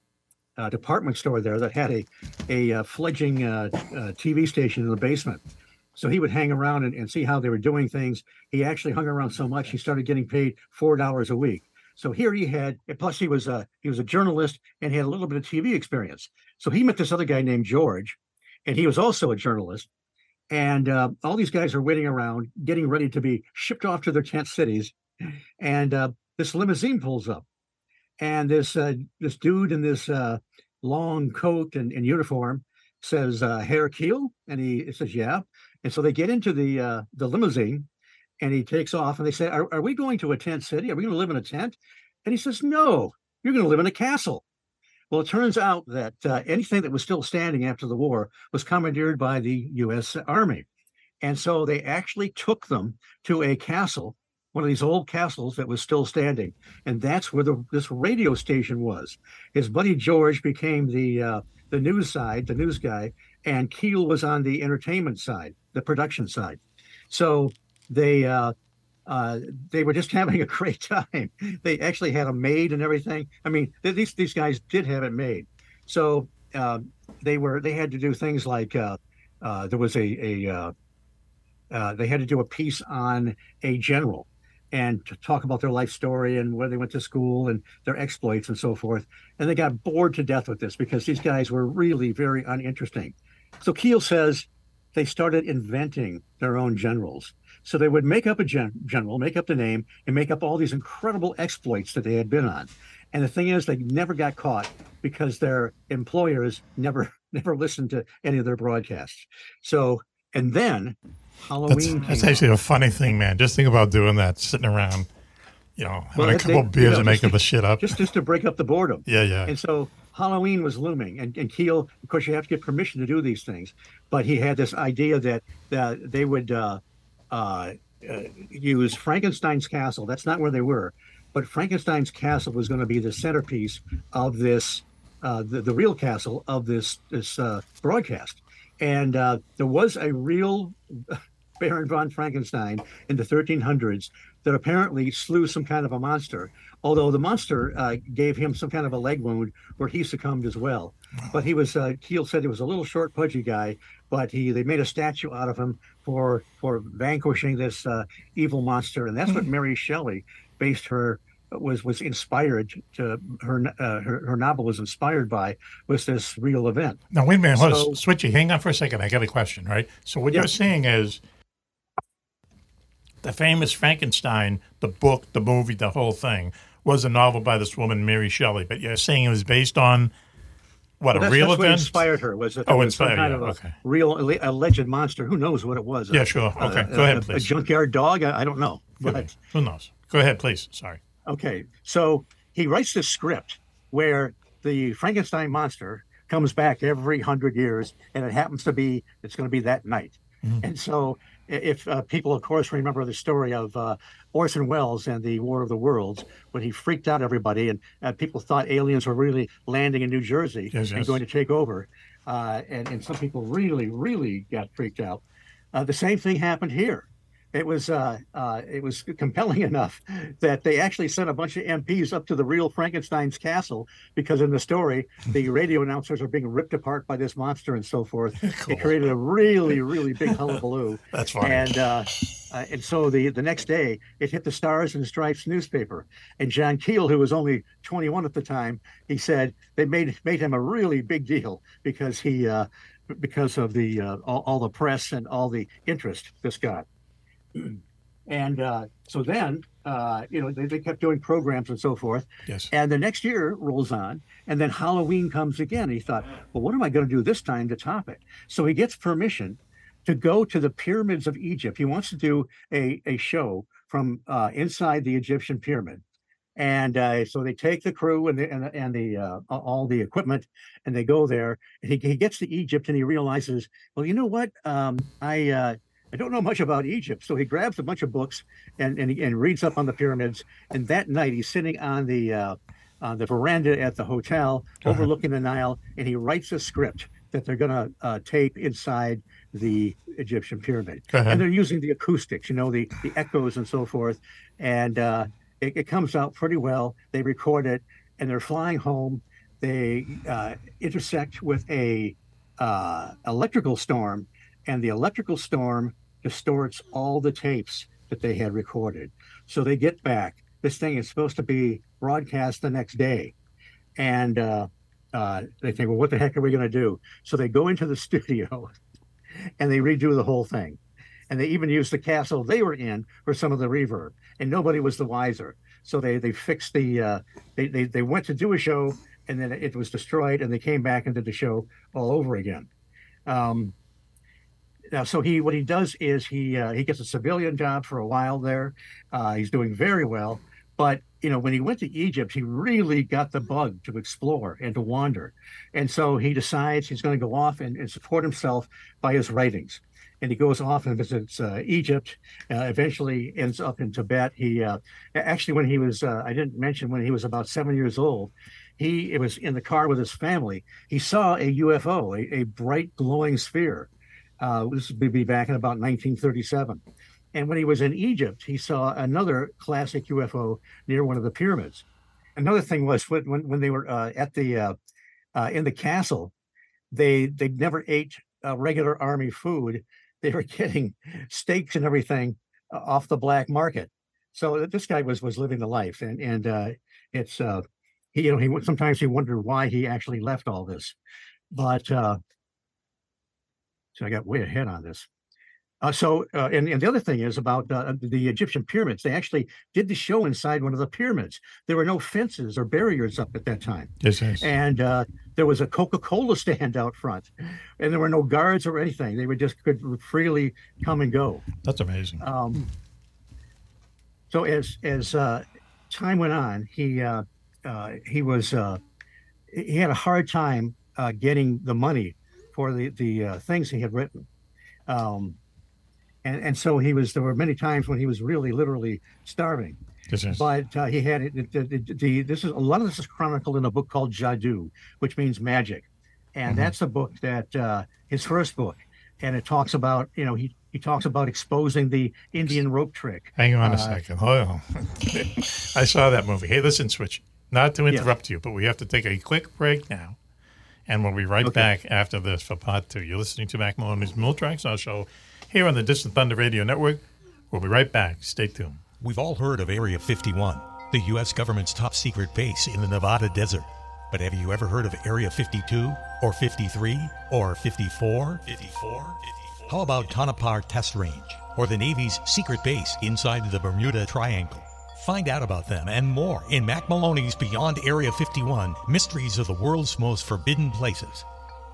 uh, department store there that had a a uh, fledging uh, uh, TV station in the basement. So he would hang around and, and see how they were doing things. He actually hung around so much he started getting paid four dollars a week. So here he had, and plus he was a he was a journalist and he had a little bit of TV experience. So he met this other guy named George, and he was also a journalist. And uh, all these guys are waiting around, getting ready to be shipped off to their tent cities. And uh, this limousine pulls up, and this uh, this dude in this uh, long coat and, and uniform says uh, Herr Keel, and he, he says yeah, and so they get into the uh, the limousine, and he takes off, and they say, are, "Are we going to a tent city? Are we going to live in a tent?" And he says, "No, you're going to live in a castle." Well, it turns out that uh, anything that was still standing after the war was commandeered by the U.S. Army, and so they actually took them to a castle one of these old castles that was still standing, and that's where the, this radio station was. His buddy George became the uh, the news side, the news guy, and Keel was on the entertainment side, the production side. So they uh, uh, they were just having a great time. They actually had a maid and everything. I mean, th- these these guys did have it made. So uh, they were they had to do things like uh, uh, there was a a uh, uh, they had to do a piece on a general and to talk about their life story and where they went to school and their exploits and so forth. And they got bored to death with this because these guys were really very uninteresting. So Keel says they started inventing their own generals. So they would make up a gen- general, make up the name, and make up all these incredible exploits that they had been on. And the thing is, they never got caught because their employers never never listened to any of their broadcasts. So, and then That's, Halloween. that's came out. actually a funny thing, man. Just think about doing that, sitting around, you know, having Well, a that- couple they- beers you know, and making just- the shit up. just just to break up the boredom. Yeah, yeah. And so Halloween was looming, and and Keel, of course, you have to get permission to do these things, but he had this idea that that they would uh, uh, uh, use Frankenstein's castle. That's not where they were, but Frankenstein's castle was going to be the centerpiece of this. Uh, the, the real castle of this this uh, broadcast, and uh, there was a real Baron von Frankenstein in the 1300s that apparently slew some kind of a monster. Although the monster uh, gave him some kind of a leg wound where he succumbed as well. But he was, uh, Keel said he was a little short, pudgy guy, but he they made a statue out of him for for vanquishing this uh, evil monster, and that's what Mary Shelley based her was was inspired to her uh, her, her novel was inspired by was this real event. Now, wait a minute, hold So- on, Switchy. Hang on for a second. I got a question, right? So, what Yeah. you're saying is the famous Frankenstein, the book, the movie, the whole thing was a novel by this woman, Mary Shelley, but you're saying it was based on what, Well, a that's, real that's what event? inspired her was that Oh, there was some inspired, kind yeah, of a okay. real alle- alleged monster. Who knows what it was? Yeah, A- sure. a- Okay, a- go ahead, a- A please. junkyard dog. I, I don't know. Could But be. Who knows? Go ahead, please. Sorry. okay, so he writes this script where the Frankenstein monster comes back every hundred years, and it happens to be it's going to be that night. Mm-hmm. And so, i- if uh, people, of course, remember the story of uh, Orson Welles and the War of the Worlds, when he freaked out everybody, and uh, people thought aliens were really landing in New Jersey Yes, and yes. going to take over, uh, and and some people really, really got freaked out. Uh, the same thing happened here. It was uh, uh, it was compelling enough that they actually sent a bunch of MPs up to the real Frankenstein's castle because in the story the radio announcers are being ripped apart by this monster and so forth. Cool. It created a really really big hullabaloo. That's funny. And uh, uh, and so the the next day it hit the Stars and Stripes newspaper, and John Keel, who was only 21 at the time, he said they made made him a really big deal because he uh, because of the uh, all, all the press and all the interest this got. And uh, so then, uh, you know, they, they kept doing programs and so forth. Yes. And the next year rolls on, and then Halloween comes again. He thought, well, what am I going to do this time to top it? So he gets permission to go to the pyramids of Egypt. He wants to do a, a show from uh, inside the Egyptian pyramid. And uh, so they take the crew and the and the, and the uh, a- all the equipment, and they go there. And he, he gets to Egypt, and he realizes, well, you know what? Um, I uh, I don't know much about Egypt. So he grabs a bunch of books and and, he- and reads up on the pyramids. And that night, he's sitting on the uh, on the veranda at the hotel, Uh-huh. overlooking the Nile, and he writes a script that they're going to uh, tape inside the Egyptian pyramid. Go ahead. And they're using the acoustics, you know, the the echoes and so forth. And uh, it, it comes out pretty well. They record it, and they're flying home. They uh, intersect with a uh, electrical storm, and the electrical storm distorts all the tapes that they had recorded. So they get back. This thing is supposed to be broadcast the next day, and uh, uh, they think, "Well, what the heck are we going to do?" So they go into the studio, and they redo the whole thing, and they even use the castle they were in for some of the reverb, and nobody was the wiser. So they they fixed the uh, they, they they went to do a show, and then it was destroyed, and they came back and did the show all over again. Um, now, so he what he does is he uh, he gets a civilian job for a while there. Uh, he's doing very well, but you know when he went to Egypt, he really got the bug to explore and to wander, and so he decides he's going to go off and, and support himself by his writings. And he goes off and visits uh, Egypt. Uh, eventually, ends up in Tibet. He uh, a- actually, when he was, uh, I didn't mention when he was about seven years old, he it was in the car with his family. He saw a UFO, a, a bright glowing sphere. Uh, this would be back in about 1937. And when he was in Egypt, he saw another classic UFO near one of the pyramids. Another thing was when when, when they were uh, at the uh, uh, in the castle, they they never ate uh, regular army food. They were getting steaks and everything uh, off the black market. So this guy was was living the life, and and uh, it's uh, he, you know he would- sometimes he wondered why he actually left all this, but uh, so I got way ahead on this. Uh, so, uh, and, and the other thing is about uh, the Egyptian pyramids. They actually did the show inside one of the pyramids. There were no fences or barriers up at that time. Yes, yes. And uh, there was a Coca Cola stand out front, and there were no guards or anything. They would just could freely come and go. That's amazing. Um, so as as uh, time went on, he uh, uh, he was uh, he had a hard time uh, getting the money for the the uh, things he had written, um, and and so he was there were many times when he was really literally starving. Yes, yes. But uh, he had it. it- it- it- the, this is a lot of this is chronicled in a book called Jadoo, which means magic, and Mm-hmm. that's a book that uh, his first book, and it talks about you know he he talks about exposing the Indian rope trick. Hang on uh, a second. Hold on. I saw that movie. Hey, listen, Switch. Not to interrupt you, but we have to take a quick break now. And we'll be right back after this for part two. You're listening to Mac Maloney's Mill Tracks, our show here on the Distant Thunder Radio Network. We'll be right back. Stay tuned. We've all heard of Area 51, the U.S. government's top secret base in the Nevada desert. But have you ever heard of Area 52 or 53 or 54? 54? How about Tonopah Test Range or the Navy's secret base inside the Bermuda Triangle? Find out about them and more in Mac Maloney's Beyond Area 51 Mysteries of the World's Most Forbidden Places.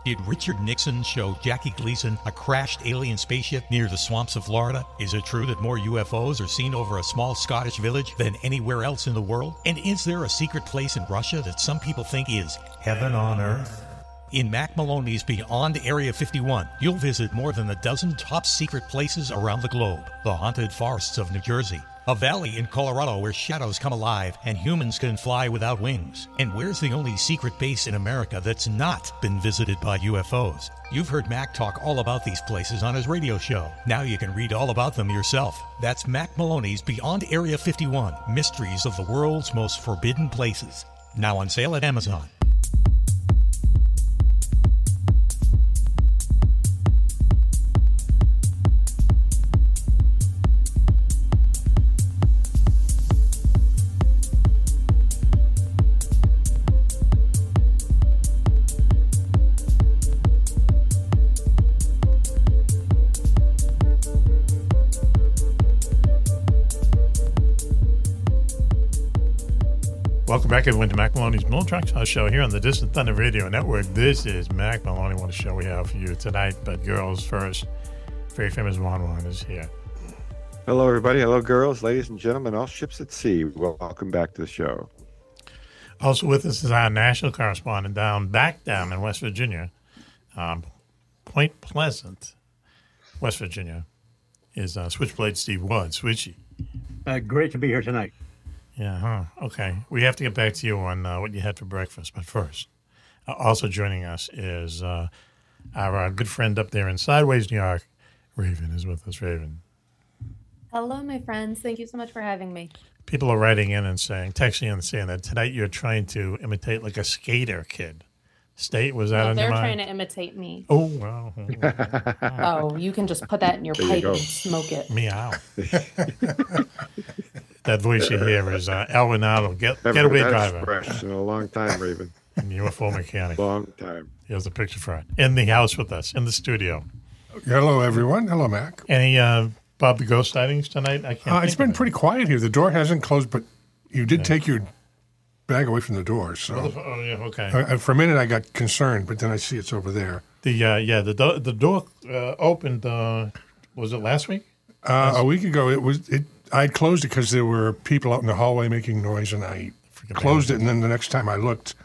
Did Richard Nixon show Jackie Gleason a crashed alien spaceship near the swamps of Florida? Is it true that more UFOs are seen over a small Scottish village than anywhere else in the world? And is there a secret place in Russia that some people think is heaven on earth? In Mac Maloney's Beyond Area 51, you'll visit more than a dozen top secret places around the globe. The haunted forests of New Jersey, a valley in Colorado where shadows come alive and humans can fly without wings. And where's the only secret base in America that's not been visited by UFOs? You've heard Mac talk all about these places on his radio show. Now you can read all about them yourself. That's Mac Maloney's Beyond Area 51 Mysteries of the World's Most Forbidden Places. Now on sale at Amazon. Welcome back, everyone, to Mac Maloney's Mole Tracks House Show here on the Distant Thunder Radio Network. This is Mac Maloney. What a show we have for you tonight. But girls first, very famous Juan Juan is here. Hello, everybody. Hello, girls, ladies, and gentlemen. All ships at sea. Welcome back to the show. Also with us is our national correspondent down back down in West Virginia, um, Point Pleasant, West Virginia, is uh, Switchblade Steve Woods. Switchy. Uh, great to be here tonight. Yeah, huh. Okay. We have to get back to you on uh, what you had for breakfast, but first, uh, also joining us is uh, our, uh, good friend up there in Sideways, New York. Raven is with us. Raven. Hello, my friends. Thank you so much for having me. People are writing in and saying, texting in and saying that tonight you're trying to imitate like a skater kid. State was that No, on they're your trying mind? to imitate me. oh, wow. Oh, you can just put that in your There you pipe go. and smoke it. Meow. that voice you hear is uh, Alvin Arnold, get, Haven't getaway heard that driver, expression in a long time, Raven. and UFO mechanic. Long time. He has a picture for it in the house with us in the studio. Hello, everyone. Hello, Mac. Any uh, Bob the Ghost sightings tonight? I can't. Uh, it's been think of pretty quiet here. The door hasn't closed, but you did take your bag away from the door. So it. Oh yeah, okay. I, I- Uh, for a minute, I got concerned, but then I see it's over there. The uh, yeah, the do- the door uh, opened. Uh, was it last week? Uh, a week ago, it was it. I had closed it because there were people out in the hallway making noise, and I Forget closed it. And then the next time I looked,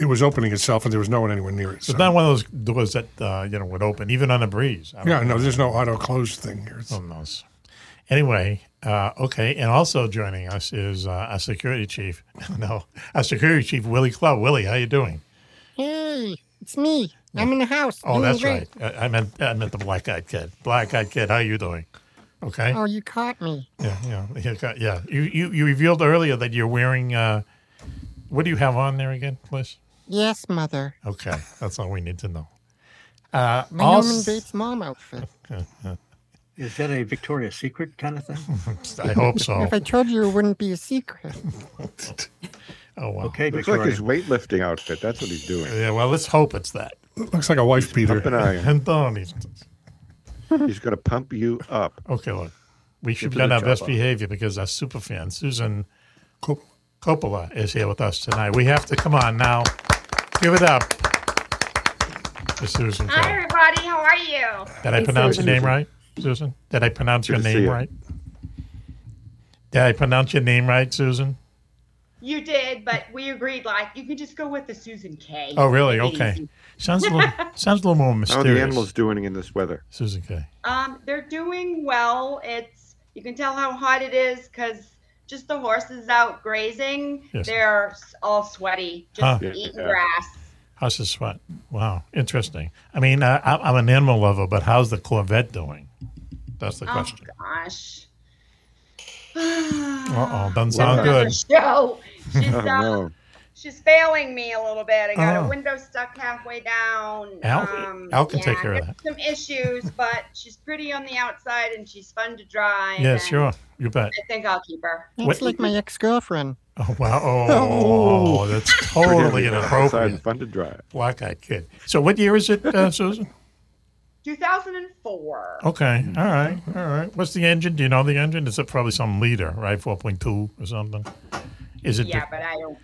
it was opening itself, and there was no one anywhere near it. It's so- not one of those doors that uh, you know would open even on a breeze. I don't yeah, no, there's no auto close thing here. It's- Who knows? Anyway, uh, okay, and also joining us is uh, our security chief. no, our security chief Willie Clow. Willie, how you doing? Hey, it's me. I'm in the house. Oh, Doing that's great. right. I, I meant I meant the black eyed kid. Black eyed kid, how you doing? Okay. Oh, you caught me. Yeah, yeah, yeah, got- yeah. You, you you revealed earlier that you're wearing. Uh, what do you have on there again, please? Yes, mother. Okay, that's all we need to know. Uh, My Norman also, Bates mom outfit. Is that a Victoria's Secret kind of thing? I hope so. If I told you, it wouldn't be a secret. Oh wow. Okay, Looks Victoria. like his weightlifting outfit. That's what he's doing. Yeah, well, let's hope it's that. It looks like a wife beater. Up and iron. Anthony. He's going to pump you up. Okay, look, we should to be on the our job, best Bob. behavior because our super fan Susan Cop- Coppola is here with us tonight. We have to come on now. Give it up for Susan. Hi, Coppola. everybody. How are you? Did I Hey, pronounce your Susan. name right, Susan? Did I pronounce your Good to see name you. right? Did I pronounce your name right, Susan? You did, but we agreed. Like, you can just go with the Susan K. Oh, really? Take it Okay. easy. Sounds a little sounds a little more How are mysterious. the animals doing in this weather? Susan K. Um, they're doing well. It's you can tell how hot it is because just the horses out grazing. Yes. They're s- all sweaty, just Huh. Yeah. eating grass. How's the sweat? Wow, interesting. I mean, I, I'm I'm an animal lover, but how's the Corvette doing? That's the Uh-huh. Oh question. gosh. Uh oh, doesn't sound Another good. show. She's, Oh, uh, no. she's failing me a little bit. I got Oh. a window stuck halfway down. Al- Um, Al can take care of there's Some issues, but she's pretty on the outside and she's fun to drive. Yeah, and sure. You bet. I think I'll keep her. That's What- like my ex-girlfriend. Oh, wow. Oh, that's totally Pretty outside and inappropriate. Fun to drive. Black eyed kid. So, what year is it, uh, Susan? 2004. Okay. All right. All right. What's the engine? Do you know the engine? It's probably some leader, right? 4.2 or something. Is it, Yeah, but I don't.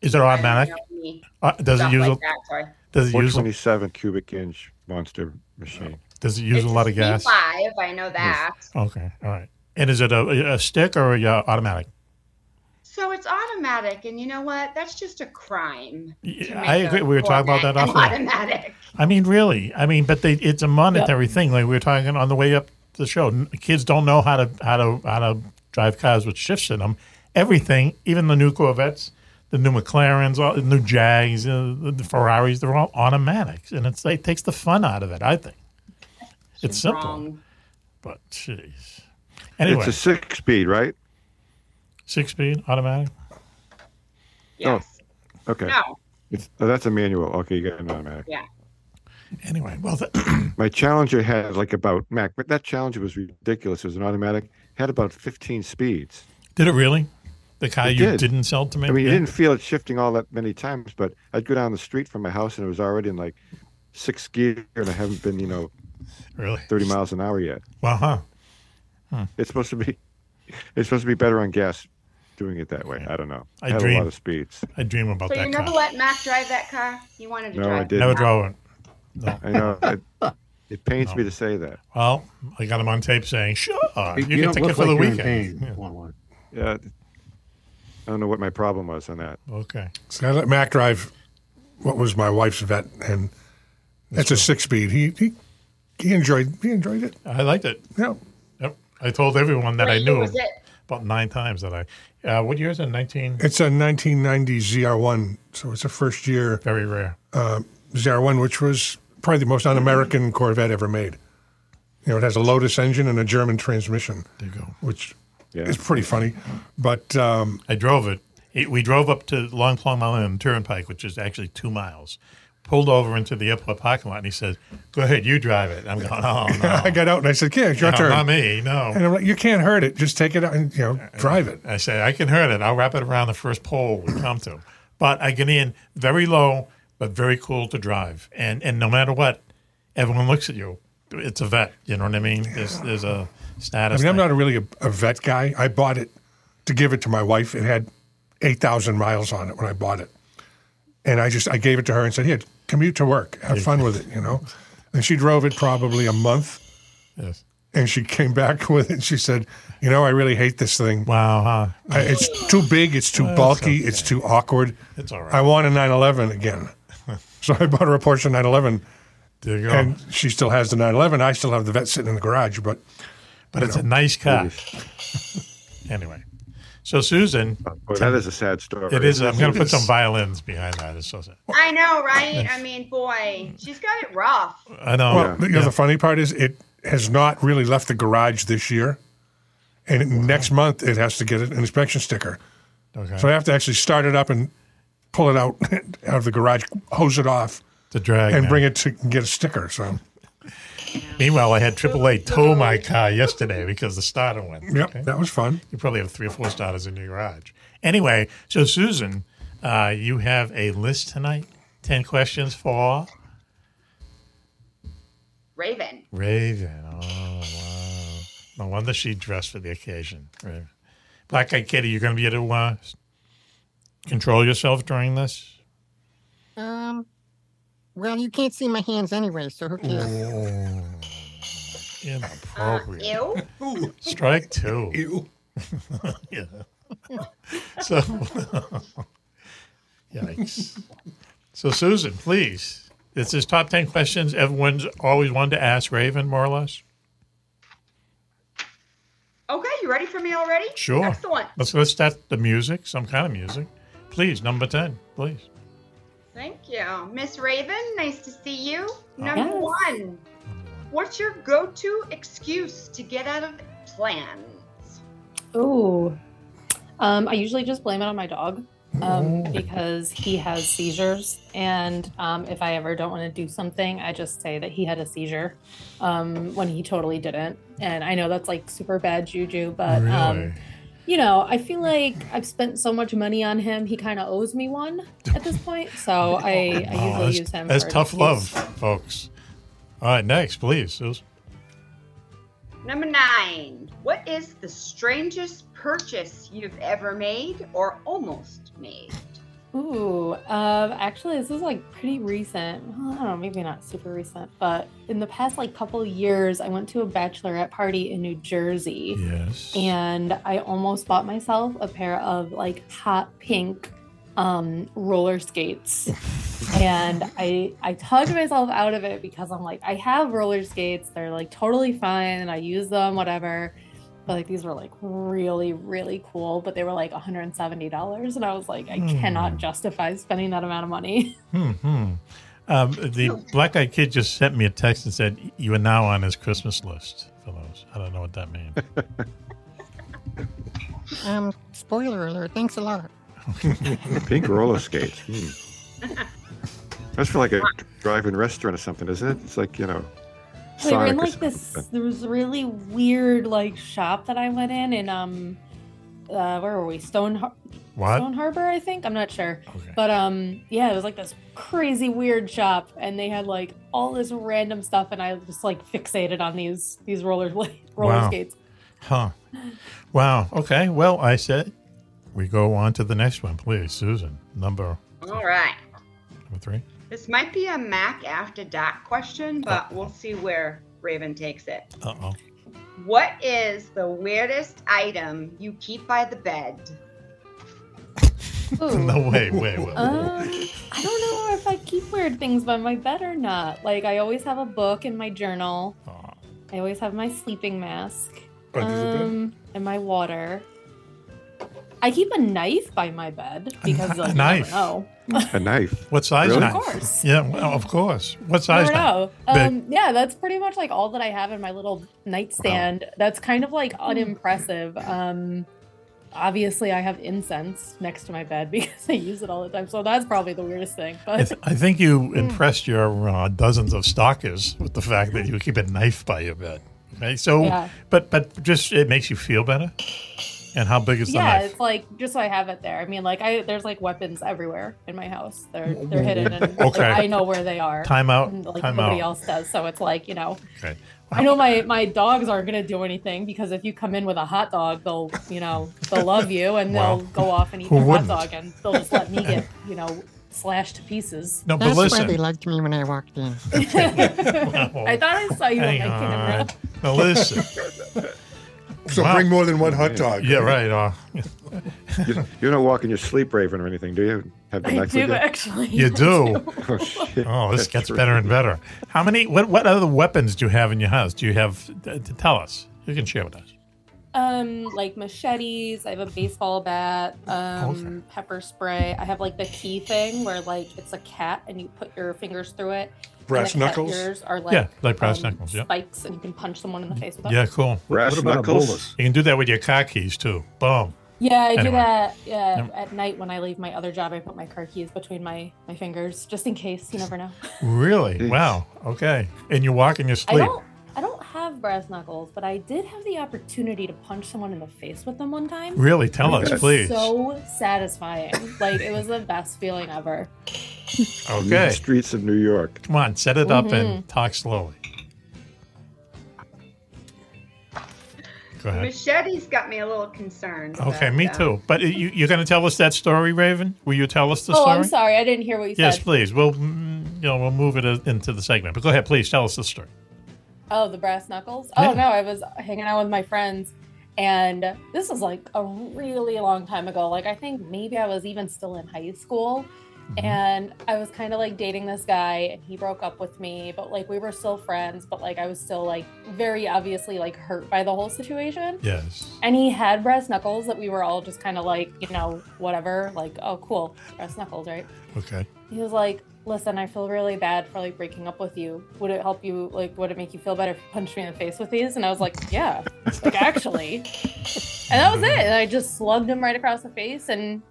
is it I don't automatic? know any Uh, does, it stuff use like a, that, sorry. does, it use a, 427 cubic inch monster machine. does it use It's a lot of gas? C5, I know that. Okay. All right. And is it a, a stick or a, uh automatic? So it's automatic, and you know what? That's just a crime. to I make agree. a We were talking about format that an offline. Automatic. I mean, really. I mean, but they, it's a monetary thing. Like we were talking on the way up the show, N- kids don't know how to how to how to drive cars with shifts in them. Everything, even the new Corvettes, the new McLarens, all, the new Jags, uh, the, the Ferraris, they're all automatics, and it's it takes the fun out of it. I think it's simple, but jeez. Anyway, It's a six speed, right? six speed automatic. Yes. Oh, okay. No. It's, oh, that's a manual. Okay, you got an automatic. Yeah. Anyway, well, My Challenger had like about Mac, but that Challenger was ridiculous. It was an automatic. Had about 15 speeds. Did it really? The car It you did. did. not sell to me. I mean, you Yeah. didn't feel it shifting all that many times, but I'd go down the street from my house and it was already in like sixth gear, and I haven't been, you know, really 30 miles an hour yet. Wow, huh? Hmm. It's supposed to be, it's supposed to be better on gas, doing it that way. I don't know. I had a dream- lot of speeds. I dream about So you never let Mac drive that car. You wanted to No, drive. I it. didn't. Never drove it. I know. It, it pains me to say that. Well, I got him on tape saying, "Sure, you, You- you get don't to get look for the like you're in weekend." pain, Yeah. Yeah. I don't know what my problem was on that. Okay. So I let Mac drive what was my wife's vet, and that's a six speed. He, he he enjoyed he enjoyed it. I liked it. Yeah. Yep. I told everyone that I Wait, knew was him about nine times that I. Uh, what year is it? Nineteen. It's a 1990 ZR1, so it's a first year. Very rare. Uh, ZR1, which was probably the most un-American Corvette ever made. You know, it has a Lotus engine and a German transmission. There you go. Which Yeah. is pretty funny, but um, I drove it. it. We drove up to Long Plum Island Turnpike, which is actually two miles. Pulled over into the airport parking lot, and he says, "Go ahead, you drive it." I'm going, "Oh no." I got out and I said, "Yeah, it's your No, turn." not me, no. And I'm like, "You can't hurt it. Just take it out and you know drive it." I say, I can hurt it. I'll wrap it around the first pole we come to. But I get in very low, but very cool to drive. And and no matter what, everyone looks at you. It's a vet. You know what I mean? There's, there's a I status. mean, I'm thing. not a really a, a vet guy. I bought it to give it to my wife. It had eight thousand miles on it when I bought it, and I just I gave it to her and said, "Here, commute to work. Have fun with it," you know. And she drove it probably a month. Yes. And she came back with it. and She said, "You know, I really hate this thing. Wow, huh? I, it's too big. It's too Well, it's bulky. It's okay. too awkward. It's all right. I want a 911 again." so I bought her a Porsche 911. There you go. And she still has the 911. I still have the vet sitting in the garage, but But you it's know. a nice car. anyway, so Susan, Boy, that is a sad story. it is. I'm going to put It some is. violins behind that. It's so sad. I know, right? I mean, boy, she's got it rough. I know. Well, Yeah. you know, the funny part is it has not really left the garage this year, and it- next month it has to get an inspection sticker. Okay. So I have to actually start it up and pull it out out of the garage, hose it off, to drag and now. bring it to get a sticker. So Meanwhile, I had AAA tow my car yesterday because the starter went. Yep, that was fun. You probably have three or four starters in your garage. Anyway, so Susan, uh, you have a list tonight. Ten questions for Raven. Raven. Oh wow! No wonder she dressed for the occasion. Raven. Black Eyed Kitty, you're going to be able to uh, control yourself during this. Oh. Um, well, you can't see my hands anyway, so who cares? Inappropriate. Ew. Strike two. Ew. yeah. So, yikes. So, Susan, please. This is top 10 questions everyone's always wanted to ask Raven, more or less. Okay, you ready for me already? Sure. Excellent. Let's, let's start the music, some kind of music. Please, number 10, please. Thank you. Miss Raven, nice to see you. Number Yes. one, what's your go to excuse to get out of plan? Ooh. Um, I usually just blame it on my dog um, Oh. because he has seizures. And um, if I ever don't want to do something, I just say that he had a seizure um, when he totally didn't. And I know that's like super bad juju, but um, you know, I feel like I've spent so much money on him, he kind of owes me one at this point. So I, I Oh, usually that's use him. that's for an tough excuse. love, folks. All right, next, please, Susan. Number nine, what is the strangest purchase you've ever made or almost made? Ooh, um, actually, this is like pretty recent. Well, I don't know, maybe not super recent, but in the past like couple of years, I went to a bachelorette party in New Jersey. Yes. And I almost bought myself a pair of like hot pink um, roller skates. and I I tugged myself out of it because I'm like, I have roller skates. They're like totally fine. I use them, whatever. But like these were like really, really cool. But they were like $170. And I was like, I Hmm. cannot justify spending that amount of money. Hmm. hmm. Um, the Hmm. black eyed kid just sent me a text and said, You are now on his Christmas list for those. I don't know what that means. Um, spoiler alert. Thanks a lot. Pink roller skates. Hmm. That's for like a drive-in restaurant or something, isn't it? It's like you know. Wait, we're in Sonic or like this. There was a really weird like shop that I went in, and um, uh, where were we? Stone Har- What? Stone Harbor, I think. I'm not sure, but um, yeah, it was like this crazy weird shop, and they had like all this random stuff, and I just like fixated on these these roller roller Wow. skates. Huh. Wow. Okay. Well, I said we go on to the next one, please. Susan, number All right. number three. This might be a Mac after dark question, but we'll see where Raven takes it. Uh oh. What is the weirdest item you keep by the bed? No, wait, wait, wait. Um, I don't know if I keep weird things by my bed or not. Like I always have a book in my journal. I always have my sleeping mask. Under the bed? Um, and my water. I keep a knife by my bed because like, knife? Oh, A knife. What size Really? knife? Of course. Yeah, well, of course. What I size don't know. knife? Big. Um, yeah, that's pretty much like all that I have in my little nightstand. Oh. That's kind of like unimpressive. Um, obviously, I have incense next to my bed because I use it all the time. So that's probably the weirdest thing. But Hmm. I, th- I think you impressed your uh, dozens of stalkers with the fact that you keep a knife by your bed. Okay, so Yeah. but but just it makes you feel better. And how big is the yeah, knife? it's like just so I have it there. I mean, like I there's like weapons everywhere in my house. They're they're hidden, and like, Okay. I know where they are. Time out. And, Like Time nobody out. else does. So it's like you know, Okay. I know my my dogs aren't gonna do anything because if you come in with a hot dog, they'll you know they'll love you and Wow. they'll go off and eat the Who hot wouldn't? dog and they'll just let me get you know slashed to pieces. No, but That's listen. why they liked me when I walked in. I thought I saw you on my Hang camera. on. Now listen. So Wow. bring more than one hot dog. Yeah, right. Uh, You, you don't walk in your sleep, Raven, or anything, do you? Have the I knife do with you? actually. you do. Oh, shit. Oh, this That's gets true. better and better. How many? What what other weapons do you have in your house? Do you have? uh, t- t- tell us. You can share with us. Um, like machetes. I have a baseball bat. Um, pepper spray. I have like the key thing where like it's a cat and you put your fingers through it. and Brass the cat knuckles? ears Are like um, Yeah, like brass knuckles, yeah. Spikes and you can punch someone in the face with them. Yeah, cool. Brass What about a knuckles. bullet? You can do that with your car keys too. Boom. Yeah, I do Anyway. that. Yeah, Yep. at night when I leave my other job, I put my car keys between my my fingers just in case. You never know. Really? Jeez. Wow. Okay. And you walk in your I sleep. don't. I don't have brass knuckles, but I did have the opportunity to punch someone in the face with them one time. Really? Tell us, It was please. So satisfying. Like it was the best feeling ever. The okay. streets of New York. Come on, set it up Mm-hmm. and talk slowly. Go ahead. Machete's got me a little concerned. but, Okay, me uh, too. But you, you're going to tell us that story, Raven? Will you tell us the oh, story? I'm sorry. I didn't hear what you Yes, said. please. We'll mm, you know we'll move it uh, into the segment. But go ahead, please tell us the story. Oh, the brass knuckles. Yeah. Oh no, I was hanging out with my friends, and this was like a really long time ago. Like I think maybe I was even still in high school, Mm-hmm. and I was kind of like dating this guy, and he broke up with me. But like we were still friends, but like I was still like very obviously like hurt by the whole situation. Yes. And he had brass knuckles that we were all just kind of like, you know, whatever, like, oh, cool, brass knuckles, right? Okay. he was like listen i feel really bad for like breaking up with you would it help you like would it make you feel better if you punched me in the face with these and i was like yeah like actually and that was it and i just slugged him right across the face and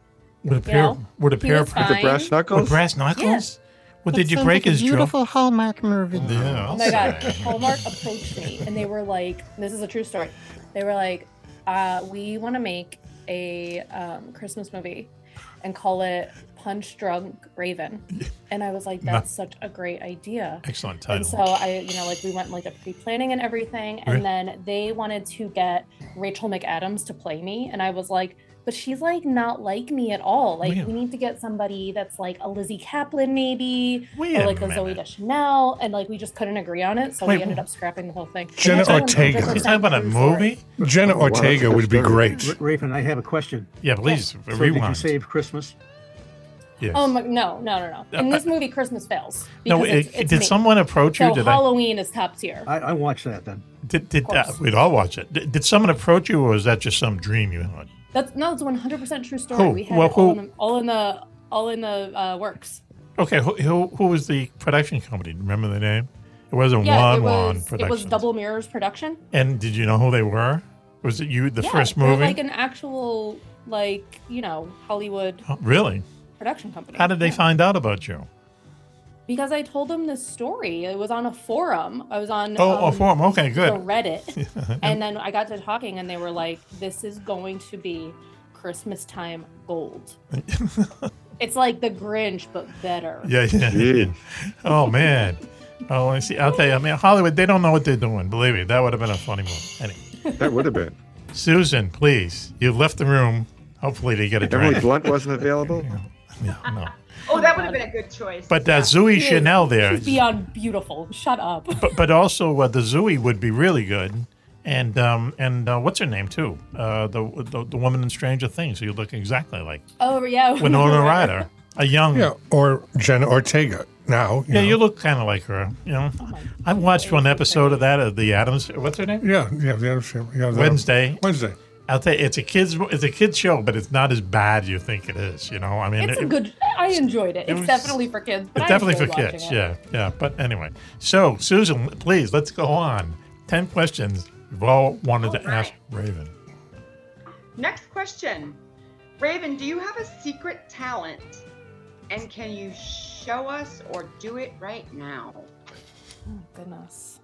Would a You pair know, would a he pair was of fine. The brass with knuckles. brass knuckles? What did you break like his a jaw? beautiful Hallmark movie. Yeah. oh my god hallmark approached me and they were like this is a true story they were like uh, we want to make a um, christmas movie and call it punch drunk raven and i was like that's such a great idea Excellent And title. so I, you know, like we went like the pre-planning and everything, and Right. then they wanted to get Rachel McAdams to play me, and I was like, but she's like not like me at all. Like Wait a- we need to get somebody that's like a Lizzie Kaplan maybe, Wait or a like a Zoe Deschanel, and like we just couldn't agree on it, so Wait, we ended up scrapping the whole thing. Jenna And that's all I'm- Ortega. that's Is all that I'm about a movie? Jenna Wow, Ortega that's would be good. great. Ra- Raven, I have a question. Yeah, please, So did you rewind. save Christmas? Yes. Oh my, no, no, no, no! In this movie, Christmas fails. No, because it- did someone approach you? So Did I- Halloween is top tier. I, I watched that then. did, did, course. uh, we'd all watch it. Did, did someone approach you, or was that just some dream you had? That's no, it's one hundred percent true story. Who? We had Well, it all, in who- the, all in the all in the uh, works. Okay, who, who who was the production company? Do you Remember the name? It wasn't Yeah, Wan it Wan was it Productions. was Double Mirrors production. and did you know who they were? Was it you? The Yeah, first they're movie? like an actual like you know Hollywood Oh, really? production company. How did they find out about you? Because I told them this story. It was on a forum. I was on um, Oh, a forum. Okay, the good. Reddit, and then I got to talking, and they were like, "This is going to be Christmas time gold." it's like the Grinch, but better. Yeah, yeah. oh man. Oh, I see. I'll tell you. I mean, Hollywood. They don't know what they're doing. Believe me, that would have been a funny movie. Anyway, That would have been. Susan, please, you've left the room. Hopefully, to get a Emily drink. Blunt wasn't available. no. Oh, that would have been a good choice. But uh, Zooey She is- Chanel there. She's beyond beautiful. Shut up. but, but also uh, the Zooey would be really good, and um, and uh, what's her name too? Uh, the, the the woman in Stranger Things who you look exactly like Oh yeah. Winona Ryder, a young Yeah, or Jenna Ortega. Now, you yeah. know. You look kind of like her. You know, I watched one episode of that of the Adams. What's her name? yeah, yeah, the other film- yeah, the- Wednesday. Wednesday. I'll tell you, it's a kids it's a kids show, but it's not as bad you think it is. You know, I mean, It's a it- good. I enjoyed it. it It's was- definitely for kids. But It's I definitely for enjoyed watching kids. it. Yeah, yeah. But anyway, so Susan, please let's go on. Ten questions you've all wanted to All right. ask Raven. Next question. Raven, do you have a secret talent? And can you show us or do it right now? Oh, goodness.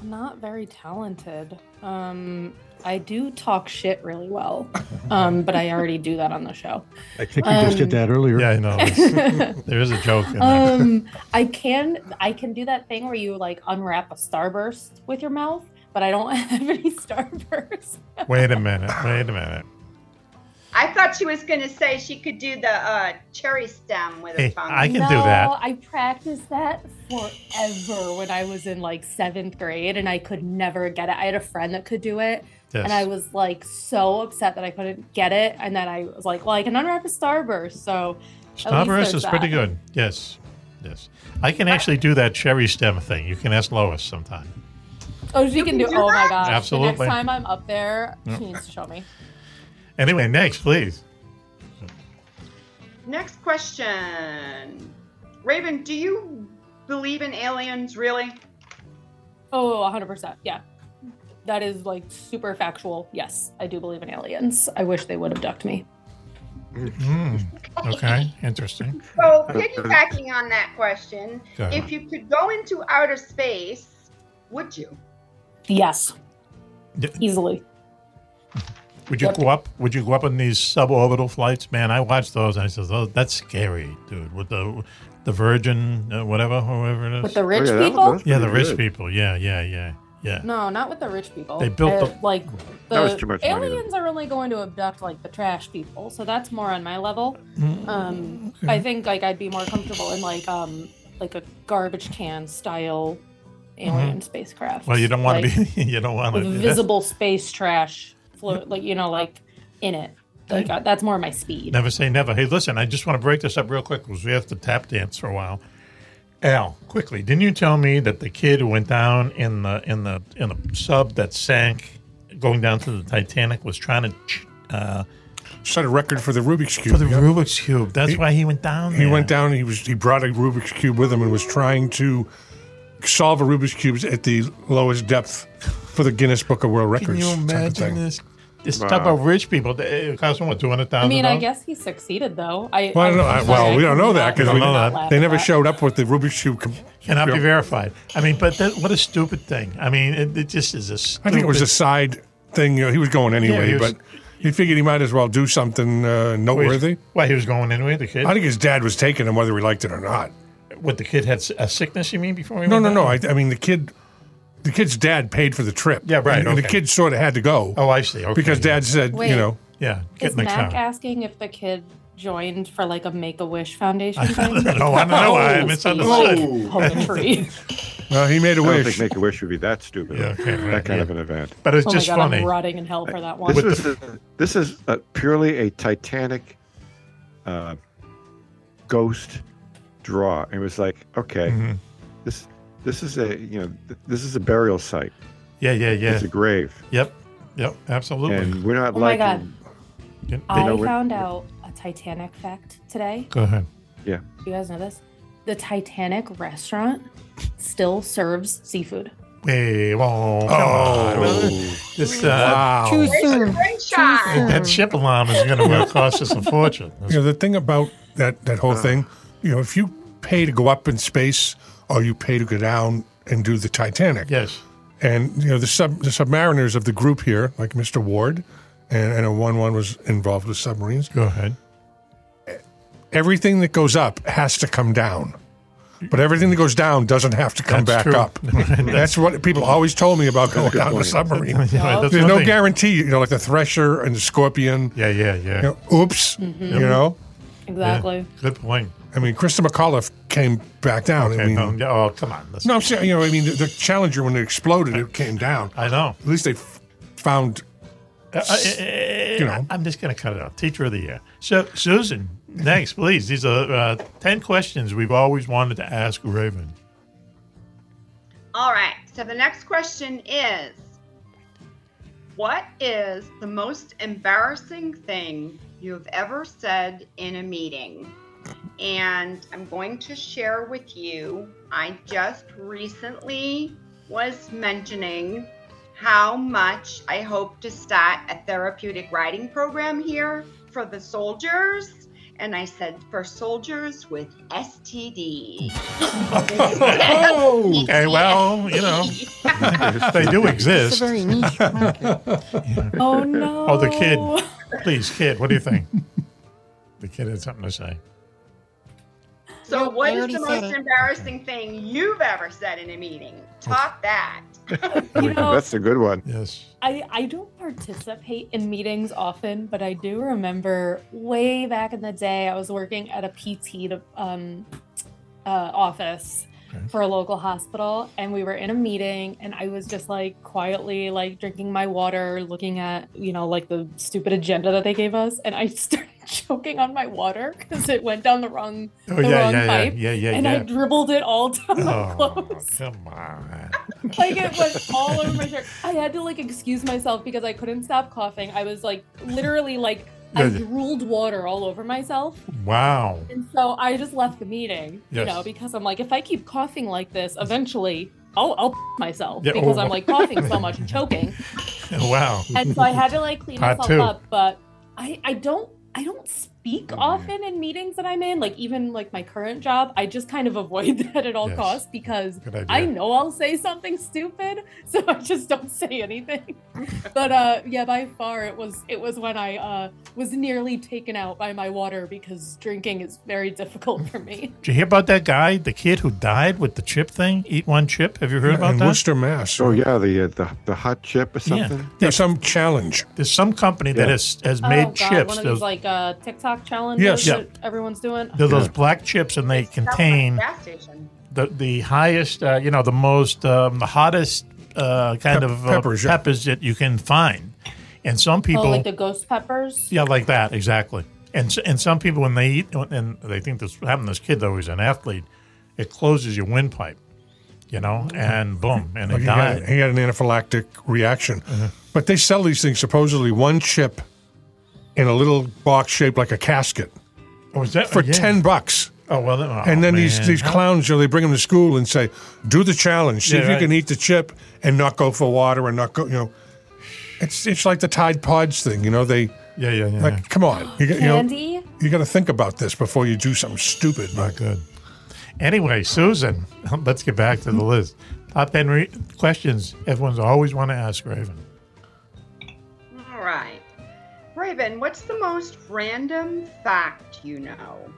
I'm not very talented. Um, I do talk shit really well, um, but I already do that on the show. I think you just did Um, that earlier. Yeah, I know. There's- there is a joke in there. Um, I can I can do that thing where you like unwrap a starburst with your mouth, but I don't have any starburst. Wait a minute. Wait a minute. I thought she was going to say she could do the uh, cherry stem with Hey, her tongue. I can no, do that. I practiced that forever when I was in like seventh grade, and I could never get it. I had a friend that could do it, Yes. And I was like so upset that I couldn't get it. And then I was like, well, I can unwrap a starburst. So at least Starburst there's is pretty that. good. Yes. Yes. I can actually do that cherry stem thing. You can ask Lois sometime. Oh, she can, do, do Oh my that? gosh. The Absolutely. next time I'm up there, Yep. she needs to show me. Anyway, next, please. Next question. Raven, do you believe in aliens really? Oh, 100%. Yeah. That is like super factual. Yes, I do believe in aliens. I wish they would abduct me. Mm, okay. Interesting. So, piggybacking on that question, Go ahead. if you could go into outer space, would you? Yes, D- easily. Would you go up? Would you go up on these suborbital flights? Man, I watched those and I said, "Oh, that's scary, dude." With the the Virgin, uh, whatever, whoever it With is. the rich Oh, yeah, that- people? that's yeah, the pretty rich good. people. Yeah, yeah, yeah, yeah. No, not with the rich people. They built Uh, the- like the That was too much money, though. aliens are only going to abduct like the trash people, so that's more on my level. Mm, Um, I think like I'd be more comfortable in like um like a garbage can style alien spacecraft. Mm-hmm. Well, you don't want like, to be. You don't want to. with visible space trash float like you know like in it. Like uh, that's more my speed. Never say never. Hey, listen, I just want to break this up real quick because we have to tap dance for a while. Al, quickly, didn't you tell me that the kid who went down in the in the in the sub that sank, going down to the Titanic, was trying to ch- uh, Set a record for the Rubik's Cube. for the yeah. Rubik's cube? oh, That's He- why he went down. He there. went down. He was he brought a Rubik's cube with him and was trying to solve a Rubik's cubes at the lowest depth for the Guinness Book of World Can Records. you type of imagine thing. this? This stuff of rich people. It cost them what two hundred I thousand. mean, I guess he succeeded though. I Well, I I'm don't know. I- sorry, well, I we don't know cannot- that because don't know cannot that. laugh they at never that. showed up with the Rubik's cube. com- cannot be Yeah. verified. I mean, but that, what a stupid thing. I mean, it, it just is a. Stupid, I think it was a side thing. You know, he was going anyway, he was- but he figured he might as well do something uh, noteworthy. Why he was going anyway? The kid. I think his dad was taking him whether he liked it or not. What the kid had s- a sickness? You mean before he No, went no, down? no. I, I mean, the kid, the kid's dad paid for the trip. Yeah, right, And, and the okay. kid sort of had to go Oh, I see. Okay, because yeah. dad said, Wait. you know, Yeah, get Is in the Mac car. asking if the kid joined for like a Make a Wish Foundation thing? No, I don't know. Oh, I misunderstood. Poetry. Well, he made a I wish. don't think Make a Wish would be that stupid. that kind of an event. But oh my God, I'm rotting in hell for that one. This is this is uh purely a Titanic uh, ghost draw. It was like, okay, Mm-hmm. Mhm. this this is a you know th- this is a burial site. Yeah, yeah, yeah. It's a grave, Yep, yep, absolutely. and we're not Oh my like God. Yep. I know, we're- found out a Titanic fact today. Go ahead. Yeah. You guys know this? The Titanic restaurant still serves seafood. Hey, whoa, come Oh. on. This, uh, Wow. Too soon. That ship alarm is going to cost us a fortune. Um, You know, the thing about that, that whole Uh. thing, you know, if you pay to go up in space or you pay to go down and do the Titanic. Yes. And, you know, the, sub, the submariners of the group here, like Mr. Ward, and, and a 1 1 was involved with submarines. Go ahead. Everything that goes up has to come down. But everything that goes down doesn't have to come That's back true. up. that's what people always told me about going down a point. submarine. Yeah, that's There's one no thing. guarantee, you know, like the Thresher and the Scorpion. Yeah, yeah, yeah. Mm-hmm. You know, oops, Mhm. you know. Exactly. Good point. I mean, Krista McAuliffe came back down. I Okay, mean, no, yeah, oh, come on. That's- no, I'm saying, you know, I mean, the, the Challenger when it exploded, it came down. I know. At least they f- found. Uh, I, You know. am just going to cut it off. Teacher of the year. So, Susan, next, please. These are uh, 10 questions we've always wanted to ask Raven. All right. So the next question is What is the most embarrassing thing you have ever said in a meeting? And I'm going to share with you, I just recently was mentioning how much I hope to start a therapeutic writing program here for the soldiers. And I said for soldiers with STD. Oh! Okay, well, you know, they do exist. Oh no. Oh, the kid. Please, kid, what do you think? the kid had something to say. So, Nope, what I is already the said most it. embarrassing thing you've ever said in a meeting? Top that. You know, that's a good one. Yes. I, I don't participate in meetings often, but I do remember way back in the day, I was working at a PT to, um, uh, office for a local hospital, and we were in a meeting, and I was just like quietly like drinking my water, looking at you know like the stupid agenda that they gave us, and I started choking on my water because it went down the wrong Oh, the yeah, wrong yeah, yeah, pipe, yeah, yeah, and I yeah. dribbled it all down my Oh, clothes come on. like it went all over my shirt. I had to like excuse myself because I couldn't stop coughing. I was like literally like I Good. drooled water all over myself, Wow. and so I just left the meeting. Yes. You know, because I'm like, if I keep coughing like this, eventually I'll I'll myself Yeah, because oh. I'm like coughing so much and choking, uh, Wow. and so I had to like clean Part myself two. up. But I I don't I don't speak often in meetings that I'm in. Like even like my current job, I just kind of avoid that at all Yes. costs because Good idea. I know I'll say something stupid, so I just don't say anything. but uh, yeah, by far it was it was when I uh, was nearly taken out by my water because drinking is very difficult for me. Did you hear about that guy, the kid who died with the chip thing? Eat one chip. Have you heard about in that? Worcester, Mass. Oh yeah, the uh, the the hot chip or Yeah. something. There's some challenge. There's some company that Yeah. has, has made oh, God, chips. One of Those- these like uh, TikTok challenges Yes. that everyone's doing. They're those black chips, and they contain Gas station. the the highest, uh, you know, the most, um, the hottest uh, kind Pep- of uh, peppers, yeah. peppers that you can find. And some people, Oh, like the ghost peppers. yeah, like that exactly. And s- and some people when they eat, and they think this happened to this kid though. He's an athlete. It closes your windpipe, you know, and boom, and it Mm-hmm. He had, died. he had an anaphylactic reaction. Uh-huh. But they sell these things supposedly one chip in a little box shaped like a casket Was Oh, that for yeah. 10 bucks. Oh well, then, oh, and then these, man. these clowns, you know, they bring them to school and say, "Do the challenge. See Yeah, if you right. can eat the chip and not go for water and not go." You know, it's it's like the Tide Pods thing. You know, they yeah, yeah, yeah. like come on. You, got- you know, Candy. you got to think about this before you do something stupid. Not good. Anyway, Susan, let's get back to the list. Top 10 re- questions everyone's always want to ask Raven. All right. Raven, what's the most random fact you know?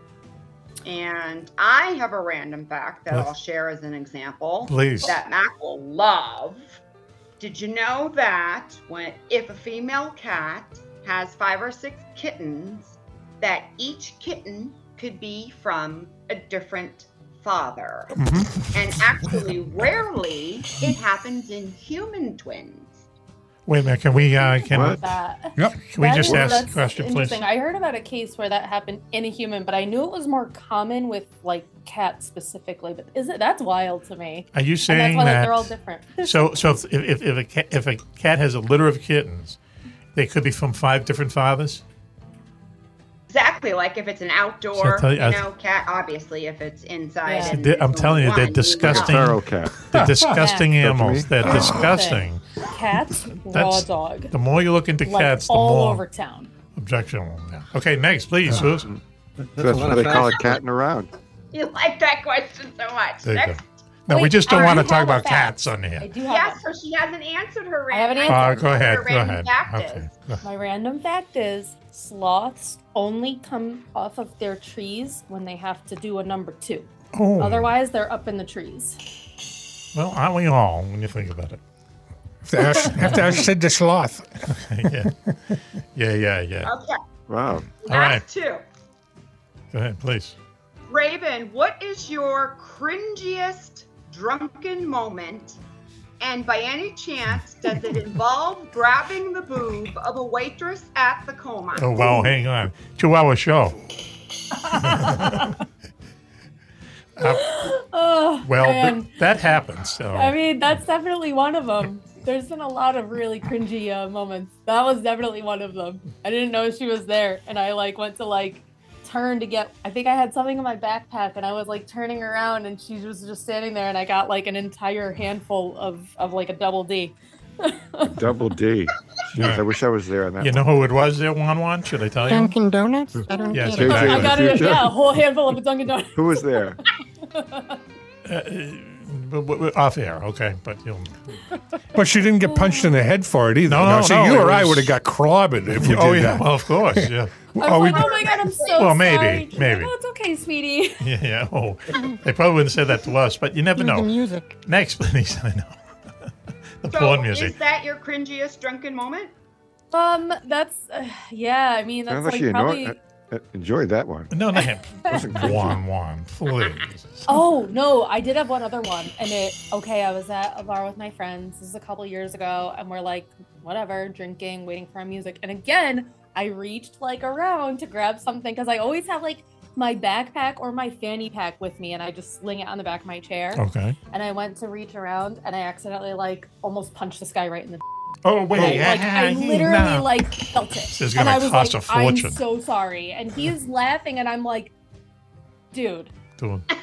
And I have a random fact that Yes. I'll share as an example. Please. That Mac will love. Did you know that when if a female cat has five or six kittens that each kitten could be from a different father. And actually, rarely it happens in human twins. Wait a minute. Can we? Uh, can What? That- Yep. Can we That just is- ask the that's question, please? interesting. I heard about a case where that happened in a human, but I knew it was more common with like cats specifically. But is it? That's wild to me. Are you saying and that's why, that? like, they're all different? so, so if if, if, a cat, if a cat has a litter of kittens, they could be from five different fathers. Exactly, like if it's an outdoor, So I tell you- you I- know, cat. Obviously, if it's inside, See, and they- I'm it's telling you, one, they're would disgusting. not- They're disgusting Yeah. animals. They're That's the disgusting. thing. Cats, raw That's- dog. The more you look into Like, cats, the all more over town. objectionable. Yeah. Okay, next, please, Uh, Susan. That's That's a lot why of they call facts. it catting around. You like that question so much. There you go. Next. No, we Wait, just don't all want to right, I talk have a about fact. cats on here. Yes, so she hasn't answered her I have an random. answer. Uh, go ahead. Her Go random ahead. fact is- Okay. My random fact is sloths only come off of their trees when they have to do a number two. Oh. Otherwise, they're up in the trees. Well, aren't we all when you think about it? Have to ask, have to ask Sid the Sloth. yeah. Yeah, yeah, yeah. Okay, Wow. All right. last two. Go ahead, please. Raven, what is your cringiest drunken moment? And by any chance, does it involve grabbing the boob of a waitress at the coma? Oh, wow. Hang on. Two hour show. Oh, Uh, Well, th- Um, man. that happens. So. I mean, that's definitely one of them. There's been a lot of really cringy uh, moments. That was definitely one of them. I didn't know she was there, and I like went to like turn to get. I think I had something in my backpack, and I was like turning around, and she was just standing there, and I got like an entire handful of of like a double D. Double D. Jeez, I wish I was there on that. you know who it was there, Juan Juan? Should I tell you? Dunkin' Donuts? I don't Yes, get it. JJ. I got it. Future. Yeah, a whole handful of Dunkin' Donuts. Who was there? Uh, W- w- Off air, okay. But you'll. But she didn't get punched in the head for it either. No, Now, no, see, no, you it or I was- would have got clobbered if we oh, did yeah. that. Well, of course. Yeah. I was like, oh my god, I'm so Well, sorry. maybe, maybe. Oh, it's okay, sweetie. Yeah, yeah. Oh, they probably wouldn't say that to us, but you never Cue the know. music. Next, please. I know. The So porn music. Is that your cringiest drunken moment? Um, that's uh, yeah. I mean, that's Sounds like like she probably. annoyed, uh, uh, enjoyed that one. No, not him. Wasn't crazy. Juan Juan, please. Oh no, I did have one other one, and it okay. I was at a bar with my friends. This is a couple years ago, and we're like, whatever, drinking, waiting for our music. And again, I reached like around to grab something because I always have like my backpack or my fanny pack with me, and I just sling it on the back of my chair. Okay. And I went to reach around, and I accidentally like almost punched this guy right in the. Oh Like, wait. like, yeah, I literally no. like felt it. This is and gonna I was cost like, a fortune. I'm so sorry. And he is laughing, and I'm like, dude, Do it.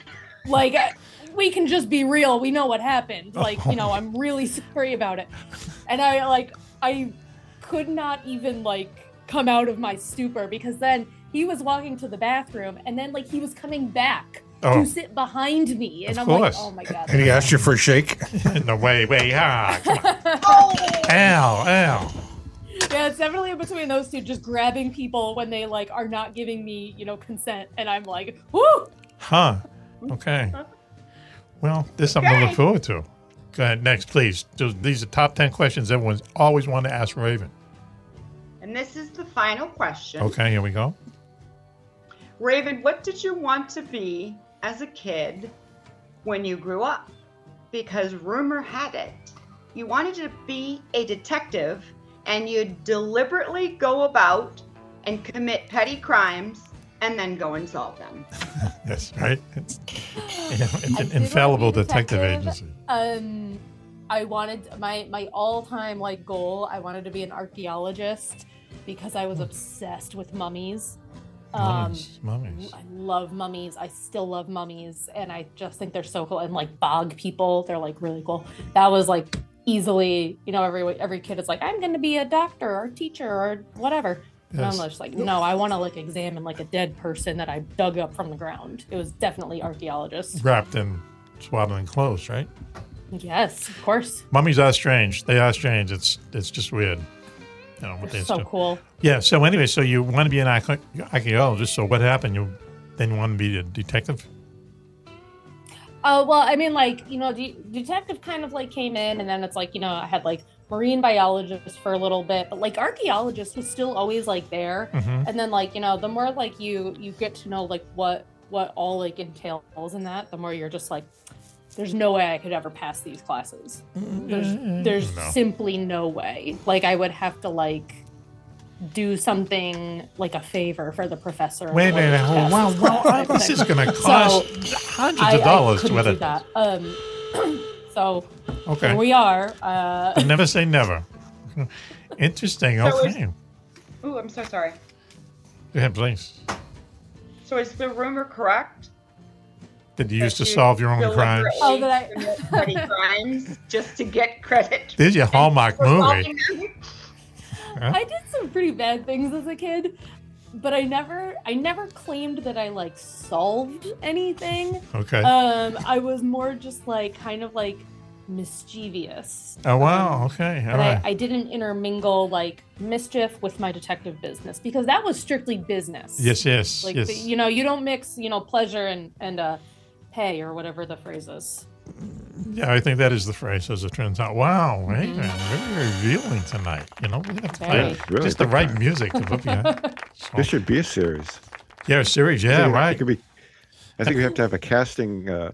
like I- we can just be real. We know what happened. Like you know, I'm really sorry about it. And I like I could not even like come out of my stupor because then he was walking to the bathroom, and then like he was coming back. Oh. To sit behind me, and Of I'm course. like, "Oh my god!" And he asked you for a shake. no way, way, ah, come on. Ow, ow. Yeah, it's definitely between those two, just grabbing people when they like are not giving me, you know, consent, and I'm like, "Woo!" Huh. Okay. Well, this is something to look Okay. forward to. Go ahead, next, please. Those- These are top 10 questions everyone's always wanted to ask Raven. And this is the final question. Okay, here we go. Raven, what did you want to be as a kid when you grew up? Because rumor had it you wanted to be a detective and you'd deliberately go about and commit petty crimes and then go and solve them. Yes, right? It's, it's I an did infallible wanna be a detective, agency. Um, I wanted my my all time like goal. I wanted to be an archaeologist because I Hmm. was obsessed with mummies. Um, Mummies, mummies. I love mummies. I still love mummies, and I just think they're so cool. And like bog people, they're like really cool. That was like easily, you know, every every kid is like, I'm going to be a doctor or a teacher or whatever. And I'm Yes. just like, no, I want to like examine like a dead person that I dug up from the ground. It was definitely archaeologist. Wrapped in swaddling clothes, right? Yes, of course. Mummies are strange. They are strange. It's it's just weird. You know, what They're they so do. cool. Yeah. So anyway, so you want to be an archae- archaeologist. So what happened? You then want to be a detective? Uh, Oh well, I mean, like you know, de- detective kind of like came in, and then it's like you know, I had like marine biologist for a little bit, but like archaeologist was still always like there. Mm-hmm. Mhm. And then like, you know, the more like you you get to know like what what all like entails in that, the more you're just like there's no way I could ever pass these classes. There's there's No. simply no way. Like I would have to like do something like a favor for the professor. in Wait a order to minute. Oh, pass wow, this wow, class. this is gonna So, cost hundreds of I- I dollars to couldn't do edit that. Um, so Okay. here we are. Uh, never say never. Interesting. So is- Okay. Ooh, I'm so sorry. Yeah, please. So is the rumor correct? Did you used to solve your own crimes? Oh, that I... crimes just to get credit. Did you Hallmark for movie? solving them? Huh? I did some pretty bad things as a kid, but I never I never claimed that I like solved anything. Okay. Um, I was more just like kind of like mischievous. Oh wow. Okay. All But right. I, I didn't intermingle like mischief with my detective business because that was strictly business. Yes, yes, Like yes. the- you know, you don't mix you know pleasure and and uh, pay or whatever the phrase is. Yeah, I think that is the phrase as it turns out. Wow, hey, man, very revealing tonight. You know, we have to play Mm-hmm. Very. Really just the good right time. music to put behind. This should be a series. Yeah, a series. Yeah, I think it- right. It could be. I think we have to have a casting. Uh,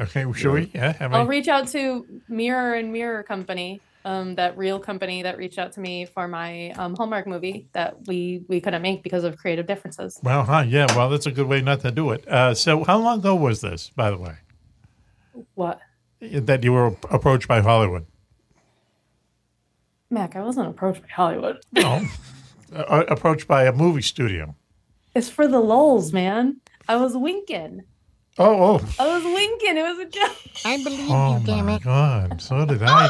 okay, well, shall we? Yeah, have I'll a reach out to Mirror and Mirror Company, um, that real company that reached out to me for my um, Hallmark movie that we we couldn't make because of creative differences. well, huh? Yeah, well, that's a good way not to do it. Uh, so, how long ago was this, by the way, What, that you were approached by Hollywood? Mac? I wasn't approached by Hollywood. No, uh, approached by a movie studio. It's for the lulz, man. I was winking. Oh, oh, I was winking. It was a joke. I believe oh you, damn my it. God! So did I.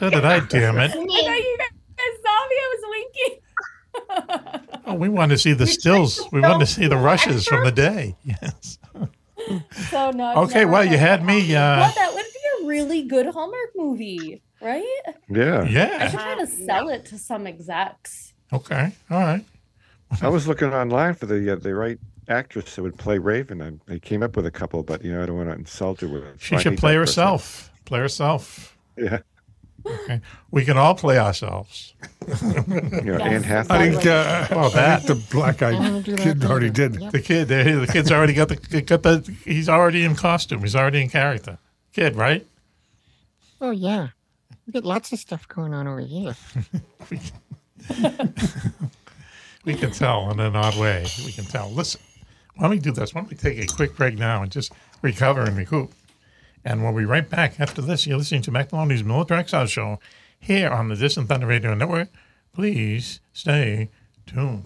so did I. Damn it! I know you guys saw me. I was winking. Oh, we want to see the stills. We want to see the rushes from the day. Yes. So no. I've Okay. never Well, you had me. Uh, Well, that would be a really good Hallmark movie, right? yeah. I yeah. should try to sell it to some execs. Okay. All right. I was looking online for the uh, the right actress that would play Raven. and they came up with a couple, but you know I don't want to insult her with it. She I should hate play that herself. Play herself. person. Okay. We can all play ourselves. Yeah. You know, Yes, Anne I Hathaway. think, uh, Well, I that- think the black eyed kid already did. The kid. The, the kid's already got the got the. He's already in costume. He's already in character. Kid, right? Oh, yeah. We got lots of stuff going on over here. We can tell in an odd way. We can tell. Listen, why don't we do this? Why don't we take a quick break now and just recover and recoup? And we'll be right back after this. You're listening to Mac Maloney's Military Exile Show here on the Distant Thunder Radio Network. Please stay tuned.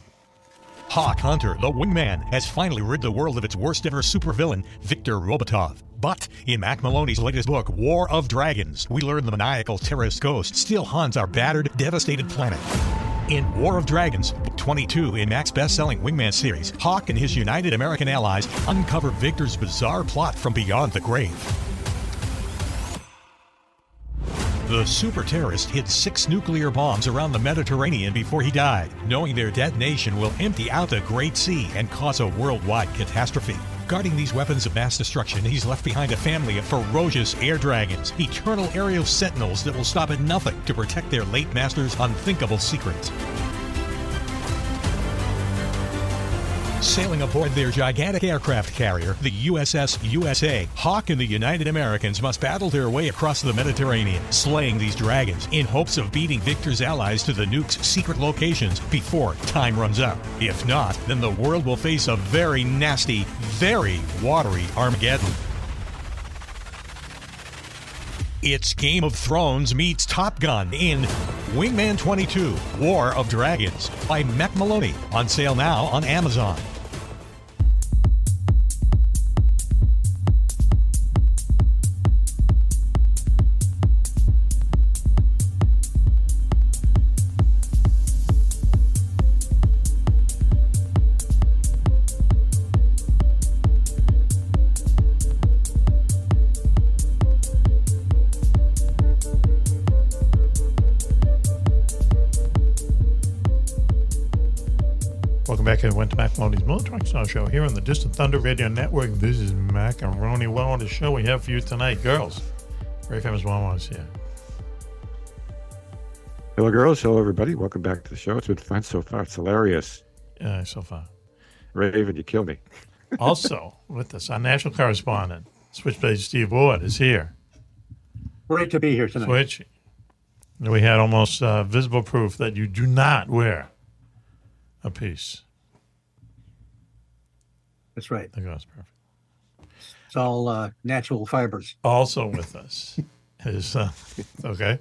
Hawk Hunter, the wingman, has finally rid the world of its worst ever supervillain, Victor Robotov. But in Mac Maloney's latest book, War of Dragons, we learn the maniacal terrorist ghost still haunts our battered, devastated planet. In War of Dragons, Book 22 in Mac's best-selling Wingman series, Hawk and his United American allies uncover Victor's bizarre plot from beyond the grave. The super terrorist hid six nuclear bombs around the Mediterranean before he died, knowing their detonation will empty out the Great Sea and cause a worldwide catastrophe. Guarding these weapons of mass destruction, he's left behind a family of ferocious air dragons, eternal aerial sentinels that will stop at nothing to protect their late master's unthinkable secrets. Sailing aboard their gigantic aircraft carrier, the USS USA, Hawk and the United Americans must battle their way across the Mediterranean, slaying these dragons in hopes of beating Victor's allies to the nuke's secret locations before time runs out. If not, then the world will face a very nasty, very watery Armageddon. It's Game of Thrones meets Top Gun in Wingman 22 War of Dragons by Mac Maloney. On sale now on Amazon. Welcome back, everyone, to Mac Maloney's Military Exile Show here on the Distant Thunder Radio Network. This is Macaroni. Well, on the show we have for you tonight, girls. Very famous Wawa's here. Hello, girls. Hello, everybody. Welcome back to the show. It's been fun so far. It's hilarious. Yeah, uh, so far. Raven, you kill me. also with us, our national correspondent, Switchblade Steve Ward, is here. Great to be here tonight. Switch. We had almost uh, visible proof that you do not wear a piece. That's right. The girl's perfect. It's all uh, natural fibers. Also with us is uh, okay.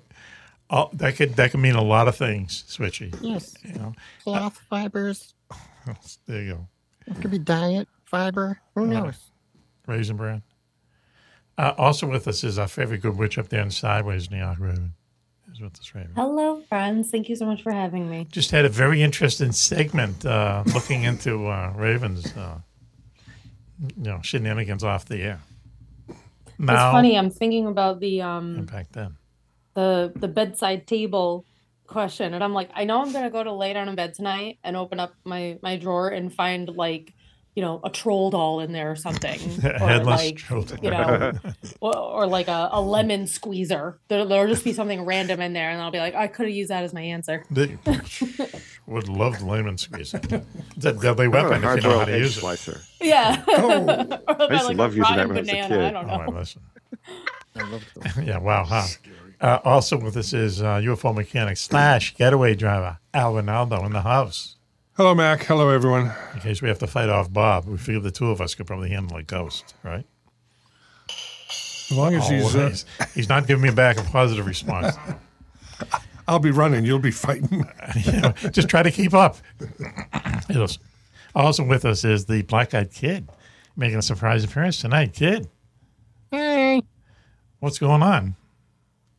Oh, that could that could mean a lot of things, Switchy. Yes. You know, Cloth fibers. there you go. It could be diet fiber. Who Yeah. knows? Raisin bran. Uh, also with us is our favorite good witch up there in Sideways, Neon Raven. Is with us, Raven. Hello, friends. Thank you so much for having me. Just had a very interesting segment uh, looking into uh, Raven's, uh, you know, shenanigans off the air. It's Now, funny. I'm thinking about the um back then, the the bedside table question, and I'm like, I know I'm gonna go to lay down in bed tonight and open up my my drawer and find like, you know, a troll doll in there or something, or headless like, troll doll. you know, or, or like a, a lemon squeezer. There, there'll just be something random in there, and I'll be like, I could have used that as my answer. They- would love the lemon squeeze. It's a deadly weapon if you know how Hard-boiled to egg use it. slicer. Yeah. Or Oh, I used to like, love using rotten that when I was a banana, kid. I don't know. All right, listen. yeah, wow, huh? Uh, also with us is uh, UFO mechanic slash getaway driver Al Ronaldo in the house. Hello, Mac. Hello, everyone. In case we have to fight off Bob, we figured the two of us could probably handle a ghost, right? As long Oh, as he's, uh, Always. he's not giving me back a positive response. I'll be running. You'll be fighting. You know, just try to keep up. It was- also with us is the black eyed kid making a surprise appearance tonight. Kid, Hey, what's going on?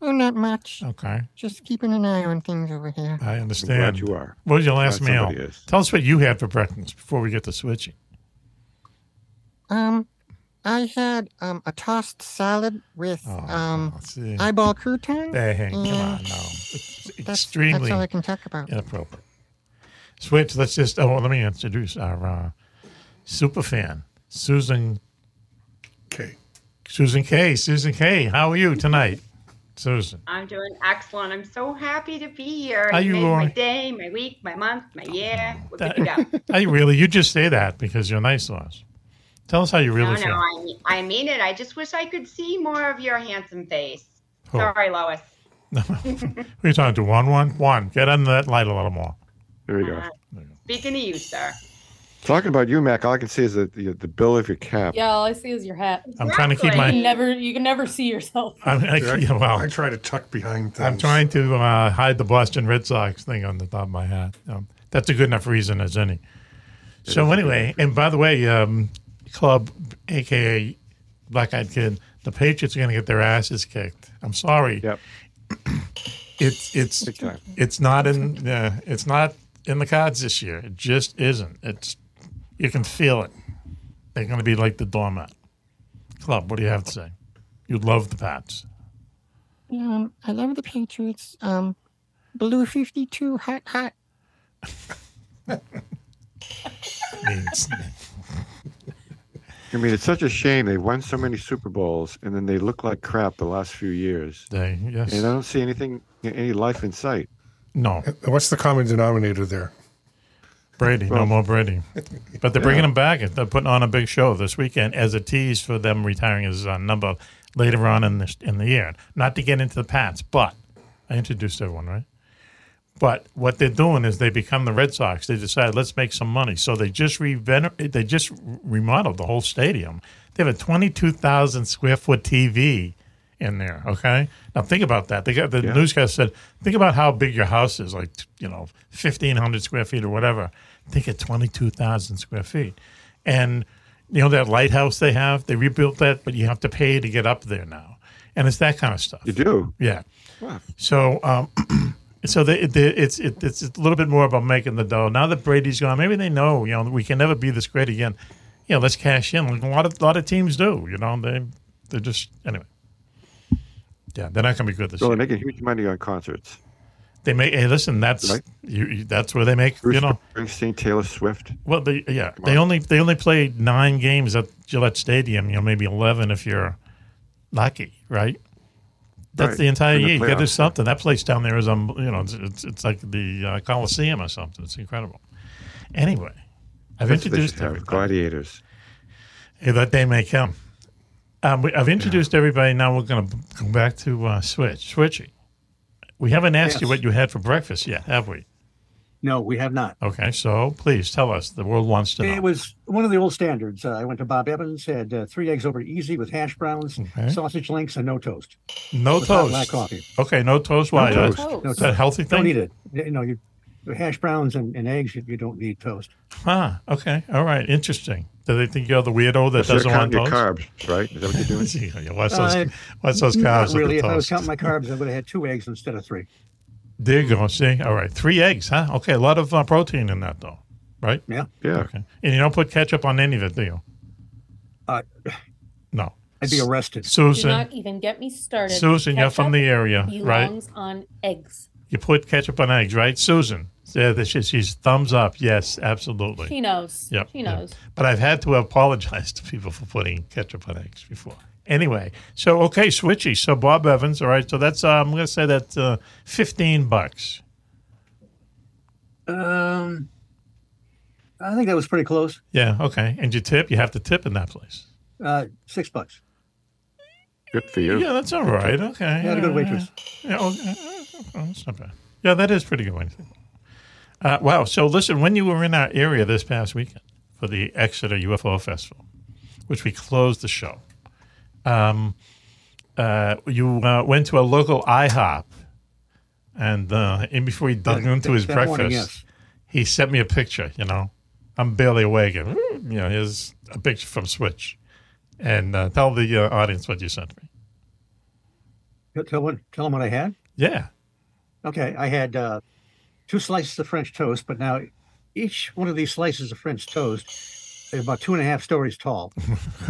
oh, not much. Okay, Just keeping an eye on things over here. I'm I glad understand. you are. What was your last Glad meal? somebody is. Tell us what you had for breakfast before we get to switching. Um, I had um a tossed salad with um let's Oh, see. eyeball crouton. Dang, come Yeah. on, no. It's That's, extremely that's all I can talk about. inappropriate. Switch, let's just, oh, let me introduce our uh, super fan, Susan Okay. Susan Kay. Susan Kay, how are you tonight, Susan? I'm doing excellent. I'm so happy to be here. Are you made all my right? day, my week, my month, my year. We're good to go. I really, you just say that because you're nice to us. Tell us how you really no, feel. no, I, mean- I mean it. I just wish I could see more of your handsome face. Who? Sorry, Lois. Who are you talking to? One, one, one. Get under that light a little more. There you Uh-huh. go. Speaking to you, sir. Talking about you, Mac. All I can see is the the, the bill of your cap. Yeah, all I see is your hat. I'm trying to keep Exactly. You my. never, you can never see yourself. I'm, I, yeah, I well, try to tuck behind things. I'm trying to uh, hide the Boston Red Sox thing on the top of my hat. Um, that's a good enough reason as any. So anyway, and by the way, um, Club, aka Black Eyed Kid, the Patriots are going to get their asses kicked. I'm sorry. Yep. It's it's Big time. it's not in uh, it's not in the cards this year. It just isn't. It's you can feel it. They're going to be like the doormat. Club, what do you have to say? You love the Pats. Um, I love the Patriots. Um, blue fifty-two, hot, hot. I mean, it's- I mean, it's such a shame they won so many Super Bowls and then they look like crap the last few years. they, yes. And I don't see anything, any life in sight. No, What's the common denominator there? Brady, no Well- more Brady. But they're bringing him back. They're putting on a big show this weekend as a tease for them retiring his uh, number later on in the in the year. Not to get into the Pats, but I introduced everyone, right? But what they're doing is they become the Red Sox. They decide let's make some money. So they just reven- they just remodeled the whole stadium. They have a twenty two thousand square foot TV in there. Okay, now think about that. They got the newscast said think about how big your house is, like you know fifteen hundred square feet or whatever. Think of twenty two thousand square feet, and you know that lighthouse they have. They rebuilt that, but you have to pay to get up there now, and it's that kind of stuff. You do. Yeah. So, um, so the, the, it's it, it's a little bit more about making the dough. Now that Brady's gone, maybe they know you know we can never be this great again. You know, let's cash in. Like a lot of lot of teams do. You know, they they just anyway. Yeah, they're not going to be good this Well, they're year. making huge money on concerts. They make hey, listen. That's Right. you, you- That's where they make Bruce you know. Springsteen, Taylor Swift. Well, they, yeah, they only they only played nine games at Gillette Stadium. You know, maybe eleven if you're lucky, right? That's Right. the entire In the year. You get playoffs. to something. That place down there is, um, you know, it's, it's, it's like the uh, Coliseum or something. It's incredible. Anyway, I've That's what they introduced should have, gladiators. Yeah, that day may come. Um, we, I've introduced everybody. Now we're going to go back to uh, Switch. Switchy, we haven't asked you Yes. what you had for breakfast yet, have we? No, we have not. Okay, so please tell us. The world wants to know. It was one of the old standards. Uh, I went to Bob Evans, had uh, three eggs over easy with hash browns, Okay. sausage links, and no toast. no With hot toast. black coffee. Okay, no toast. Why? No Uh, toast. No Is that a toast. healthy thing? Don't eat it. You know, you hash browns and, and eggs. You, you don't need toast. Huh. Ah, Okay. All right. Interesting. Do they think you're the weirdo that So doesn't they're want counting your toast? carbs, right? Is that what you're doing? Yeah, yeah, What's those, Uh, what's those not carbs? with really. the If I was toast? counting my carbs, I would have had two eggs instead of three. There you go. See? All right. Three eggs, huh? Okay. A lot of uh, protein in that, though, right? Yeah. Yeah. Okay. And you don't put ketchup on any of it, do you? Uh, No. I'd be arrested. Do Susan, not even get me started. Susan, you're from Ketchup the area, right? Belongs on eggs. you put ketchup on eggs, right? Susan. Yeah, that she, she's thumbs up. Yes, absolutely. She knows. Yep, She knows. But I've had to apologize to people for putting ketchup on eggs before. Anyway, so okay, switchy. So Bob Evans, all right. So that's uh, I'm going to say that's uh, fifteen bucks. Um, I think that was pretty close. Yeah, okay. And you tip, you have to tip in that place. Uh, six bucks. Good for you. Yeah, that's all right. Okay, Had a good waitress. Yeah, okay. Oh, that's not bad. Yeah, that is pretty good. waitress. Uh, wow. So listen, when you were in our area this past weekend for the Exeter UFO Festival, which we closed the show, um, uh, you uh, went to a local IHOP, and uh, in before he dug That- into his that breakfast, morning, yes. he sent me a picture. You know, I'm barely awake, and you know, here's a picture from Switch. And uh, tell the uh, audience what you sent me. Tell- Tell what? Tell them what I had. Yeah. Okay, I had uh, two slices of French toast, but now each one of these slices of French toast is about two and a half stories tall,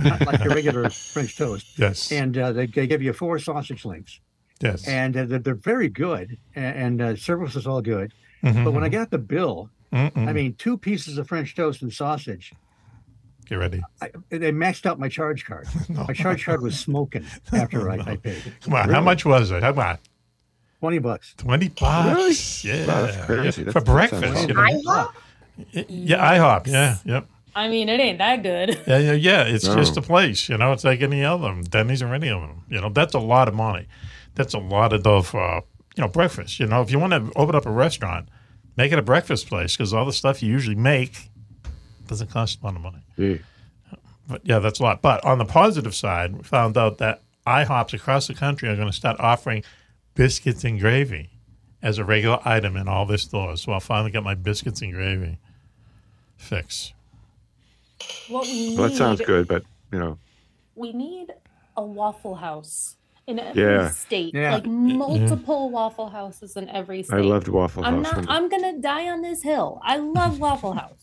not like your regular French toast. Yes. And uh, they, they give you four sausage links, Yes. and uh, they're, they're very good, a- and, and uh, service is all good. Mm-hmm, But when I got the bill, Mm-mm. I mean, two pieces of French toast and sausage. Get ready. I, they maxed out my charge card. My charge card was smoking after I, I paid Come on. How much was it? Come on. twenty bucks. Twenty bucks. Yeah. Wow, that's crazy. That's- that Yeah, For sounds breakfast. awesome. You know? IHOP? Yeah, IHOP. Yeah. Yep. I mean, it ain't that good. Yeah, yeah, yeah. It's No. just a place, you know. It's like any of them, Denny's or any of them. You know, that's a lot of money. That's a lot of dough for uh, you know breakfast. You know, if you want to open up a restaurant, make it a breakfast place because all the stuff you usually make doesn't cost a lot of money. Yeah. But yeah, that's a lot. But on the positive side, we found out that IHOPs across the country are going to start offering biscuits and gravy as a regular item in all their stores. So I'll finally get my biscuits and gravy fix. What we need. Well, that sounds good, but you know, We need a Waffle House in every Yeah. state. Yeah. Like multiple Waffle Houses in every state. I loved Waffle I'm House. not. when- I'm gonna die on this hill. I love Waffle House.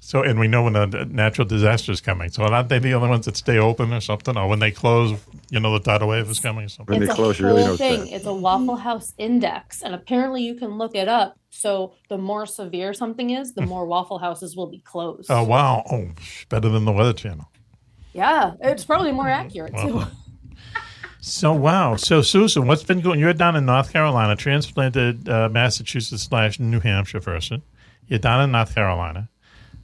So, and we know when a natural disaster is coming. So, aren't they the only ones that stay open or something? Or when they close, you know, the tidal wave is coming or something? When they it's close, a you really whole notice thing. that. It's a Waffle House index, and apparently you can look it up. So the more severe something is, the more Waffle Houses will be closed. Oh, wow. Oh, psh, better than the Weather Channel. Yeah, it's probably more Mm-hmm. accurate too. Wow. So, wow. So, Susan, what's been going You're down in North Carolina, transplanted uh, Massachusetts slash New Hampshire person. You're down in North Carolina.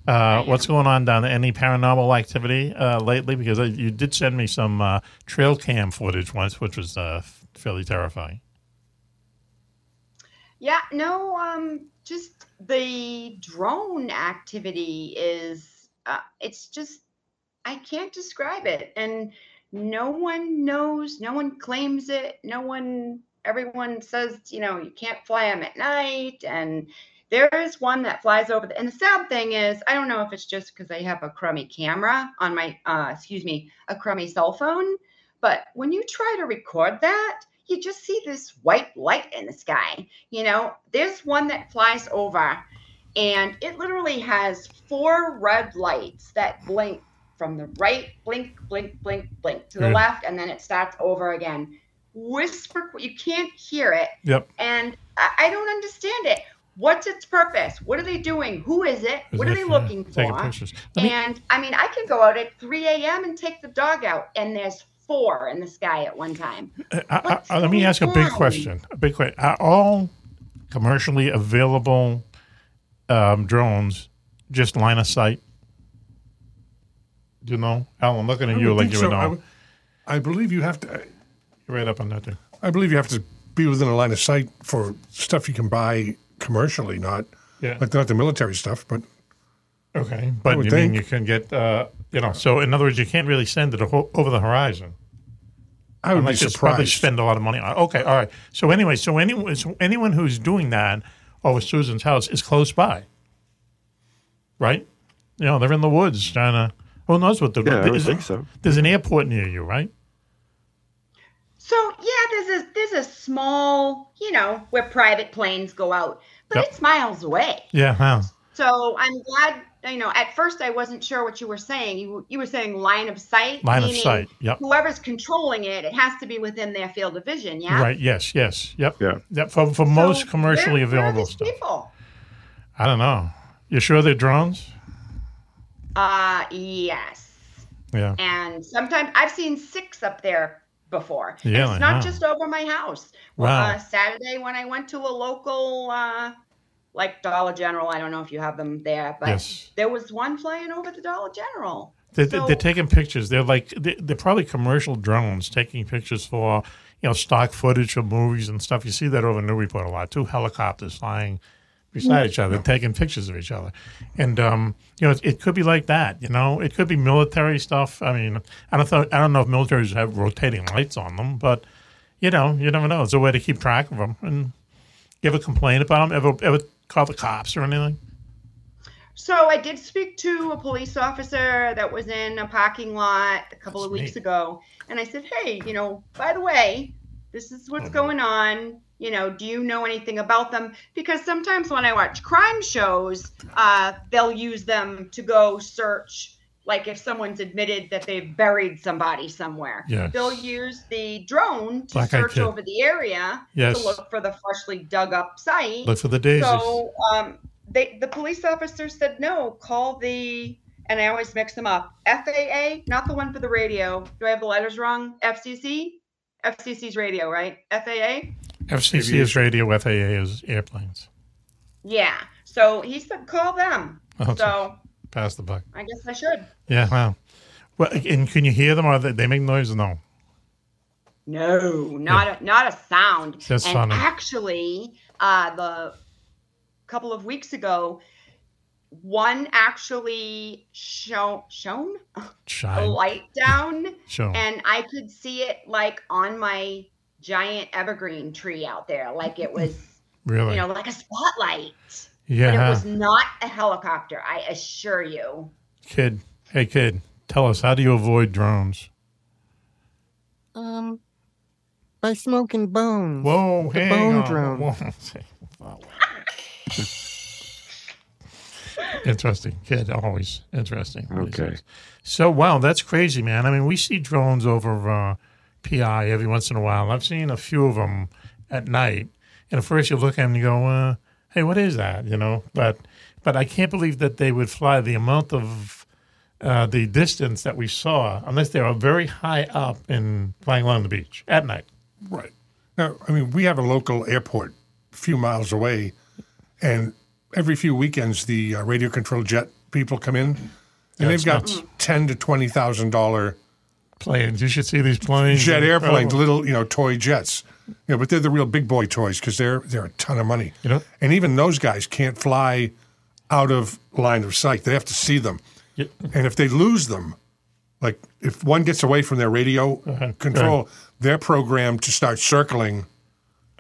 Uh, what's going on down there? Any paranormal activity uh, lately? Because uh, you did send me some uh, trail cam footage once, which was uh, f- fairly terrifying. Yeah, no, um, just the drone activity is, uh, it's just, I can't describe it. And no one knows, no one claims it, no one, everyone says, you know, you can't fly them at night. And there is one that flies over. The, and the sad thing is, I don't know if it's just because I have a crummy camera on my, uh, excuse me, a crummy cell phone, but when you try to record that, you just see this white light in the sky. You know, there's one that flies over and it literally has four red lights that blink from the right, blink, blink, blink, blink to the Yeah. left, and then it starts over again. Whisper, you can't hear it. Yep. And I, I don't understand it. What's its purpose? What are they doing? Who is it? What are they Yeah, looking Taking for? pictures. Let me- And I mean, I can go out at 3 a.m. and take the dog out, and there's four in the sky at one time. Uh, I, I, let me ask a big question. A big question. Are all commercially available um, drones just line of sight? Do you know? Alan, I'm looking at I you would like think you so. would know. I would- I believe you have to. You're right up on that, too. I believe you have to be within a line of sight for stuff you can buy commercially, not Yeah. like not the military stuff, but okay. I But would you think. mean you can get, uh, you know, so in other words, you can't really send it ho- over the horizon. I would Unless be it's Probably surprised. spend a lot of money on. Okay, all right. So anyway, so anyone, so anyone who's doing that over Susan's house is close by, right? You know, they're in the woods trying to. Who knows what they're Yeah, I doing? would Is- think so. There's an airport near you, right? So yeah, there's a there's a small, you know, where private planes go out, but Yep. it's miles away. Yeah. Wow. So I'm glad, you know, at first I wasn't sure what you were saying. You, were- you were saying line of sight. Line of meaning sight, yep. Whoever's controlling it, it has to be within their field of vision. Yeah. Right. Yes. Yes. Yep. Yeah. Yep. For, for most commercially Where- where are available these stuff. People. I don't know. You sure they're drones? Uh yes. Yeah. And sometimes I've seen six up there before. And Really? it's not Wow. just over my house. Wow. Uh, Saturday when I went to a local, uh, like Dollar General, I don't know if you have them there, but Yes. there was one flying over the Dollar General. They're, So- they're taking pictures. They're like they're, they're probably commercial drones taking pictures for you know stock footage for movies and stuff. You see that over in Newburyport a lot. Two helicopters flying beside each other, taking pictures of each other, and um, you know it, it could be like that. You know, it could be military stuff. I mean, I don't th- I don't know if militaries have rotating lights on them, but you know, you never know. It's a way to keep track of them. And you ever complain about them? Ever ever call the cops or anything? So I did speak to a police officer that was in a parking lot a couple of That's weeks neat. ago, and I said, "Hey, you know, by the way, this is Mm-hmm. what's going on. You know, do you know anything about them? Because sometimes when I watch crime shows, uh, they'll use them to go search." Like if someone's admitted that they've buried somebody somewhere, Yes. they'll use the drone to Black Eyed search Kid. over the area Yes. to look for the freshly dug up site. Look for the daisies. So um, they, the police officer said, no, call the, and I always mix them up, FAA, not the one for the radio. Do I have the letters wrong? FCC? FCC's radio, right? FAA? FCC is radio. FAA is airplanes. Yeah. So he said, call them. Okay. So Pass the buck. I guess I should. Yeah, wow. Well, and can you hear them? Or they, they make noise? or No. No, not a, not a sound. That's and funny. actually, uh, the couple of weeks ago, one actually show, shown a Shine. light down, Shown. and I could see it like on my giant evergreen tree out there, like it was, Really? you know, like a spotlight. But yeah. it was not a helicopter, I assure you. Kid. Hey, kid. Tell us, how do you avoid drones? Um, by smoking bones. Whoa, The hang bone on. drone. Whoa. interesting, kid. Always interesting. Okay. So wow, that's crazy, man. I mean, we see drones over uh, PI every once in a while. I've seen a few of them at night, and at first you look at them and you go, uh, "Hey, what is that?" You know, but but I can't believe that they would fly the amount of uh, the distance that we saw, unless they were very high up and flying along the beach at night. Right. Now, I mean, we have a local airport a few miles away, and every few weekends, the uh, radio control jet people come in, and Yeah, they've it's got nuts. ten to twenty thousand dollar Planes, you should see these planes. Oh. jet airplanes, Incredible. little you know toy jets. You know, but they're the real big boy toys because they're they're a ton of money. You know? and even those guys can't fly out of line of sight. They have to see them, Yeah. and if they lose them, like if one gets away from their radio control, they're programmed to start circling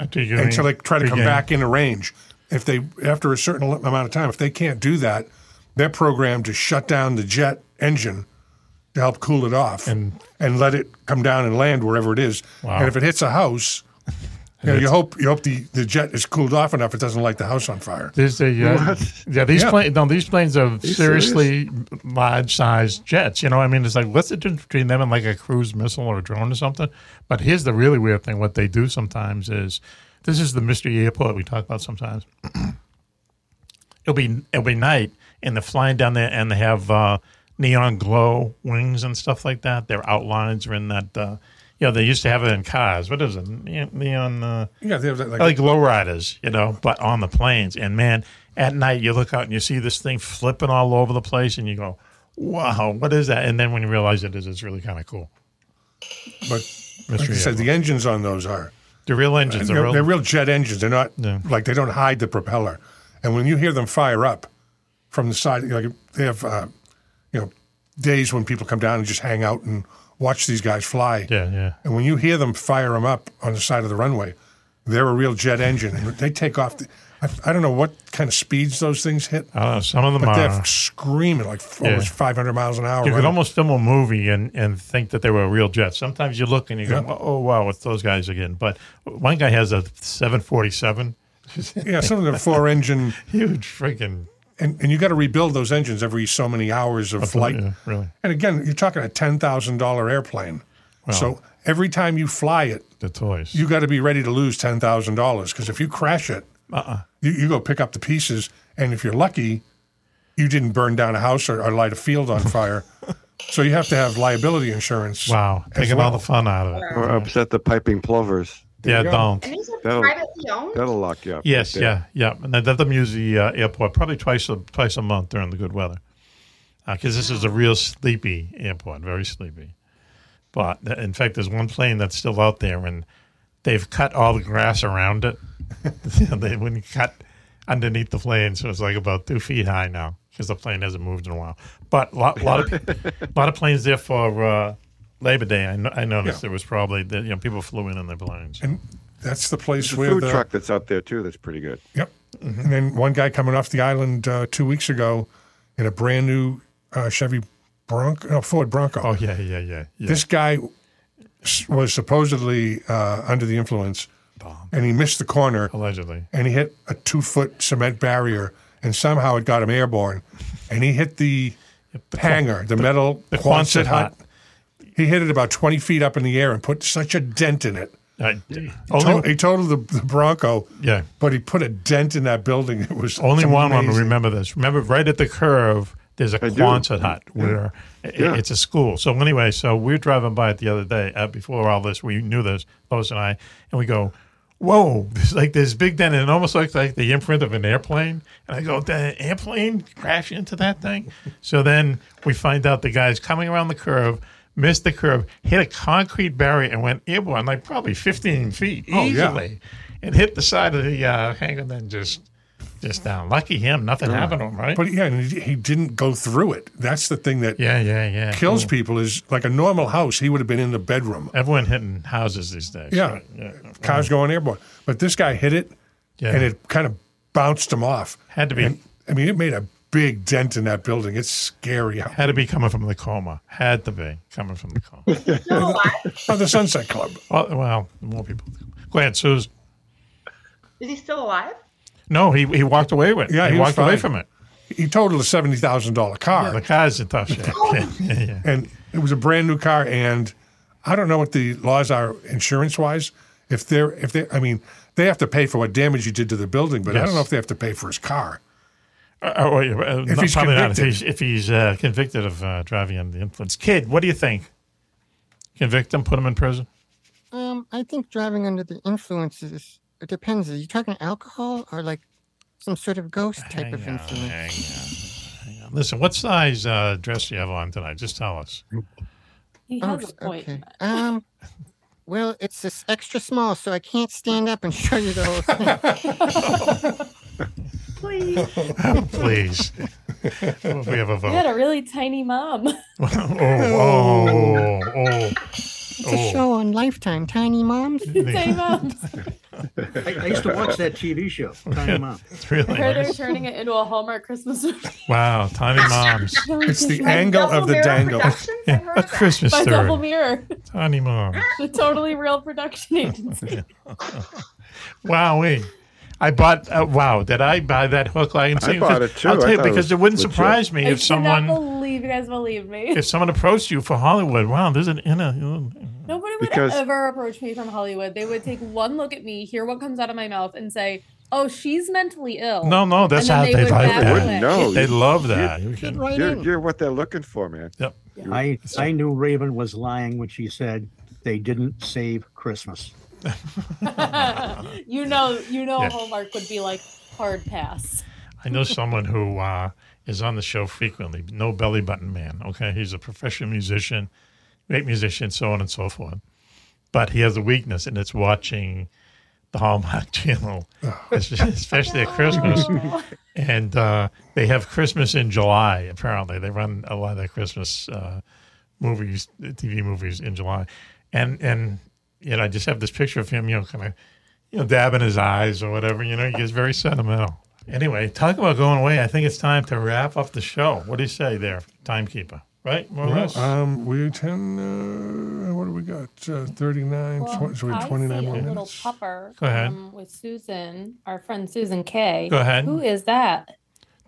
Until, you until they try to come regain- back into range. If they after a certain li- amount of time, if they can't do that, they're programmed to shut down the jet engine to help cool it off And- and, let it come down and land wherever it is. Wow. And if it hits a house, you, know, you hope you hope the, the jet is cooled off enough it doesn't light the house on fire. There's the uh, What? yeah. These Yeah. planes, no, these planes are you seriously large-sized jets. You know, I mean, it's like what's the difference between them and like a cruise missile or a drone or something? But here's the really weird thing: what they do sometimes is, this is the mystery airport we talk about sometimes. it'll be it'll be night, and they're flying down there, and they have uh, neon glow wings and stuff like that. Their outlines are in that. Uh, you know, they used to have it in cars. What is it? Ne- Neon. Uh, Yeah, they have that, like, like- low riders, you know, but on the planes. And man, at night you look out and you see this thing flipping all over the place, and you go, "Wow, what is that?" And then when you realize it is, it's really kind of cool. But like Mystery you said, Airlines. the engines on those are the real engines. They're, The real- they're real jet engines. They're not like they don't hide the propeller. And when you hear them fire up from the side, like they have, uh, you know, days when people come down and just hang out and watch these guys fly. Yeah, yeah. And when you hear them fire them up on the side of the runway, they're a real jet engine, and they take off. The, I, I don't know what kind of speeds those things hit. I don't know. Some of them but are- they're screaming like f- Yeah. almost 500 miles an hour. You could right? almost film a movie and, and think that they were a real jet. Sometimes you look and you Yeah. go, oh, wow, it's those guys again. But one guy has a 747. yeah, some of the four engine huge freaking and, and you got to rebuild those engines every so many hours of flight. yeah, really. And again, you're talking a ten thousand dollar airplane. Wow. So every time you fly it, the toys. You got to be ready to lose ten thousand dollars because if you crash it, Uh-uh. you, you go pick up the pieces, and if you're lucky, you didn't burn down a house or, or light a field on fire. so you have to have liability insurance. Wow, as taking all well. the fun out of it. Or upset the piping plovers. There you Yeah, go. don't. And these are That'll- privately owned? That'll lock you up. Yes, right yeah, there. yeah. And that, that use the uh, airport probably twice a, twice a month during the good weather, because this is a real sleepy airport, very sleepy. But th- in fact, there's one plane that's still out there, and they've cut all the grass around it. they wouldn't cut underneath the plane, so it's like about two feet high now because the plane hasn't moved in a while. But a lot, lot of a lot of planes there for uh, Labor Day. I, no- I noticed there was probably that you know people flew in on their planes. And that's the place There's a where food the truck that's out there too. That's pretty good. Yep. And then one guy coming off the island uh, two weeks ago in a brand new uh, Chevy Bronco, no, Ford Bronco. Oh yeah, yeah, yeah. yeah. This guy s- was supposedly uh, under the influence, and he missed the corner allegedly, and he hit a two-foot cement barrier, and somehow it got him airborne, and he hit the, hangar, the, metal the Quonset Quonset hut. He hit it about twenty feet up in the air and put such a dent in it. I- He only- tot- he totaled the, the Bronco. Yeah. But he put a dent in that building. It was it's Only one one will amazing. remember this. Remember, right at the curve, there's a I do. Quonset hut Yeah. where i Yeah. it's a school. So anyway, so we were driving by it the other day. Uh, before all this, we knew this, Lois and I, and we go, "Whoa!" There's like this big dent, and it almost looks like the imprint of an airplane. And I go, "The airplane crashed into that thing." so then we find out the guy's coming around the curve. Missed the curve, hit a concrete barrier, and went airborne like probably 15 feet Oh, yeah. easily, and hit the side of the uh, hangar. Then just just down. Lucky him, nothing happened to him, right? But yeah, and he he didn't go through it. That's the thing that yeah, yeah, yeah. kills Cool. people is like a normal house. He would have been in the bedroom. Everyone hitting houses these days. Yeah. right? Cars going airborne. But this guy hit it Yeah. and it kind of bounced him off. Had to be. And, I mean, it made a big dent in that building. It's scary. how- Had to be coming from the coma. Had to be coming from the coma. oh, the Sunset Club. well, well, more people. Go ahead, Susan. Is he still alive? No, he he walked away with. it. Yeah, he, he was walked away fine. from it. He totaled a $70,000 car. The car's in tough shape. Yeah, yeah, yeah. and it was a brand new car and i don't know what the laws are insurance wise if they're if they i mean they have to pay for what damage you did to the building but i Yes. don't know if they have to pay for his car Uh, oh, yeah, uh, If not- he's probably not if convicted. he's, if he's uh, convicted of uh, driving under the influence. Kid, what do you think? Convict him, put him in prison. Um, I think driving under the influence is it depends. Are you talking alcohol or like some sort of ghost type of influence? Listen, what size uh, dress do you have on tonight? Just tell us. He Oh, has a point. okay. Um, well, it's this extra small, so I can't stand up and show you the whole thing. Please. Please. Well, we have a You vote. had a really tiny mom. Oh, oh, oh. It's a show on Lifetime, Tiny Moms. tiny moms. I, I used to watch that TV show, Tiny Mom. It's really I heard nice. they're turning it into a Hallmark Christmas movie. Wow, tiny moms. It's the angle of the dangle. a Christmas By Double story. Mirror, Tiny mom. the totally real production agency. Wowee. I bought. Uh, wow, did I buy that hook, line, and I sinker? bought Because- it, too. I'll tell I you thought it because was it wouldn't legit. surprise me I if cannot someone believe you guys believe me. if someone approached you for Hollywood. Wow, there's an inner. Nobody would Because- ever approach me from Hollywood. They would take one look at me, hear what comes out of my mouth, and say, oh, she's mentally ill. No, Oh, no, that's And how then they, like back away. that. No, they you- love that. you- You can- right you're, in. you're what they're looking for, man. Yep. I I knew Raven was lying when she said they didn't save Christmas. you know, you know, Yeah. Hallmark would be like hard pass. I know someone who uh, is on the show frequently. No belly button man. Okay, he's a professional musician, great musician, so on and so forth. But he has a weakness, and it's watching the Hallmark Channel, especially at Christmas. And uh, they have Christmas in July. Apparently, they run a lot of their Christmas uh, movies, TV movies in July. And and you know, I just have this picture of him, you know, kind of you know, dabbing his eyes or whatever. You know, he gets very sentimental. Anyway, talk about going away. I think it's time to wrap up the show. What do you say there, timekeeper? Right, more or Well, less. um, we ten. Uh, what do we got? Uh, Thirty-nine. Well, 20, so we I have twenty-nine see more a little minutes. pupper Go ahead. um, with Susan, our friend Susan K. Go ahead. Who is that?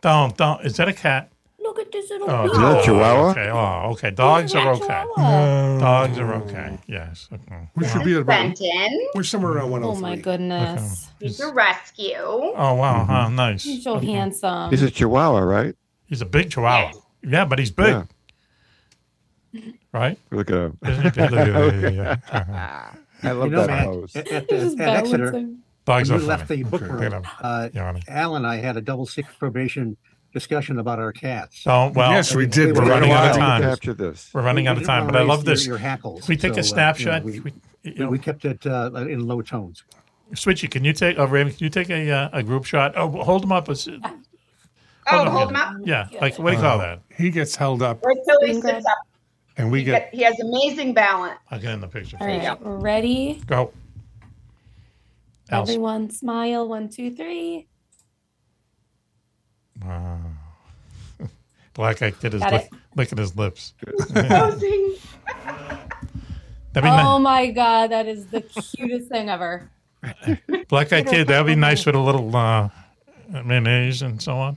don't don't. Is that a cat? Look at this little. Oh, Oh, Is that a chihuahua? Okay. Oh, okay. Dogs are okay. Dogs are okay. Yes. okay. We should be at about. Benton, We're somewhere around one Oh hundred three. my goodness. he's a rescue. Oh wow. Huh, Mm-hmm. nice. He's so handsome. He's a Chihuahua, right? He's a big chihuahua. Yeah, but he's big, Yeah. right? Look at him. Isn't he big? Yeah. I love know, that man, pose. At, at, He's just at Exeter, balancing. when Dogs we are left funny. the book Look at room, him. uh, You're on it. Al and I had a double six probation discussion about our cats. So Oh, well, yes, we did. We're We're but running why out of do we- I time. capture this. We're running out of time, but I love this. Your, your hackles. we take So, uh, a snapshot? you know, we, you we, know, we kept it uh, in low tones. Switchy, can you take? Oh, Raven, can you take a uh, a group shot? Oh, hold them up. as- Oh, on, hold him yeah. up. Yeah, like what do you call that? He gets held up, Wait till he Ingrid. sits up. and we He, get. get, he has amazing balance. I'll get in the picture. All first. right, ready? Go. Alice. Everyone smile. One, two, three. Wow. Black Eyed Kid is Got lick, it. licking his lips. Posing. That'd be Oh my God, that is the cutest thing ever. nice. Black Eyed Kid. That'd be nice with a little uh, mayonnaise and so on.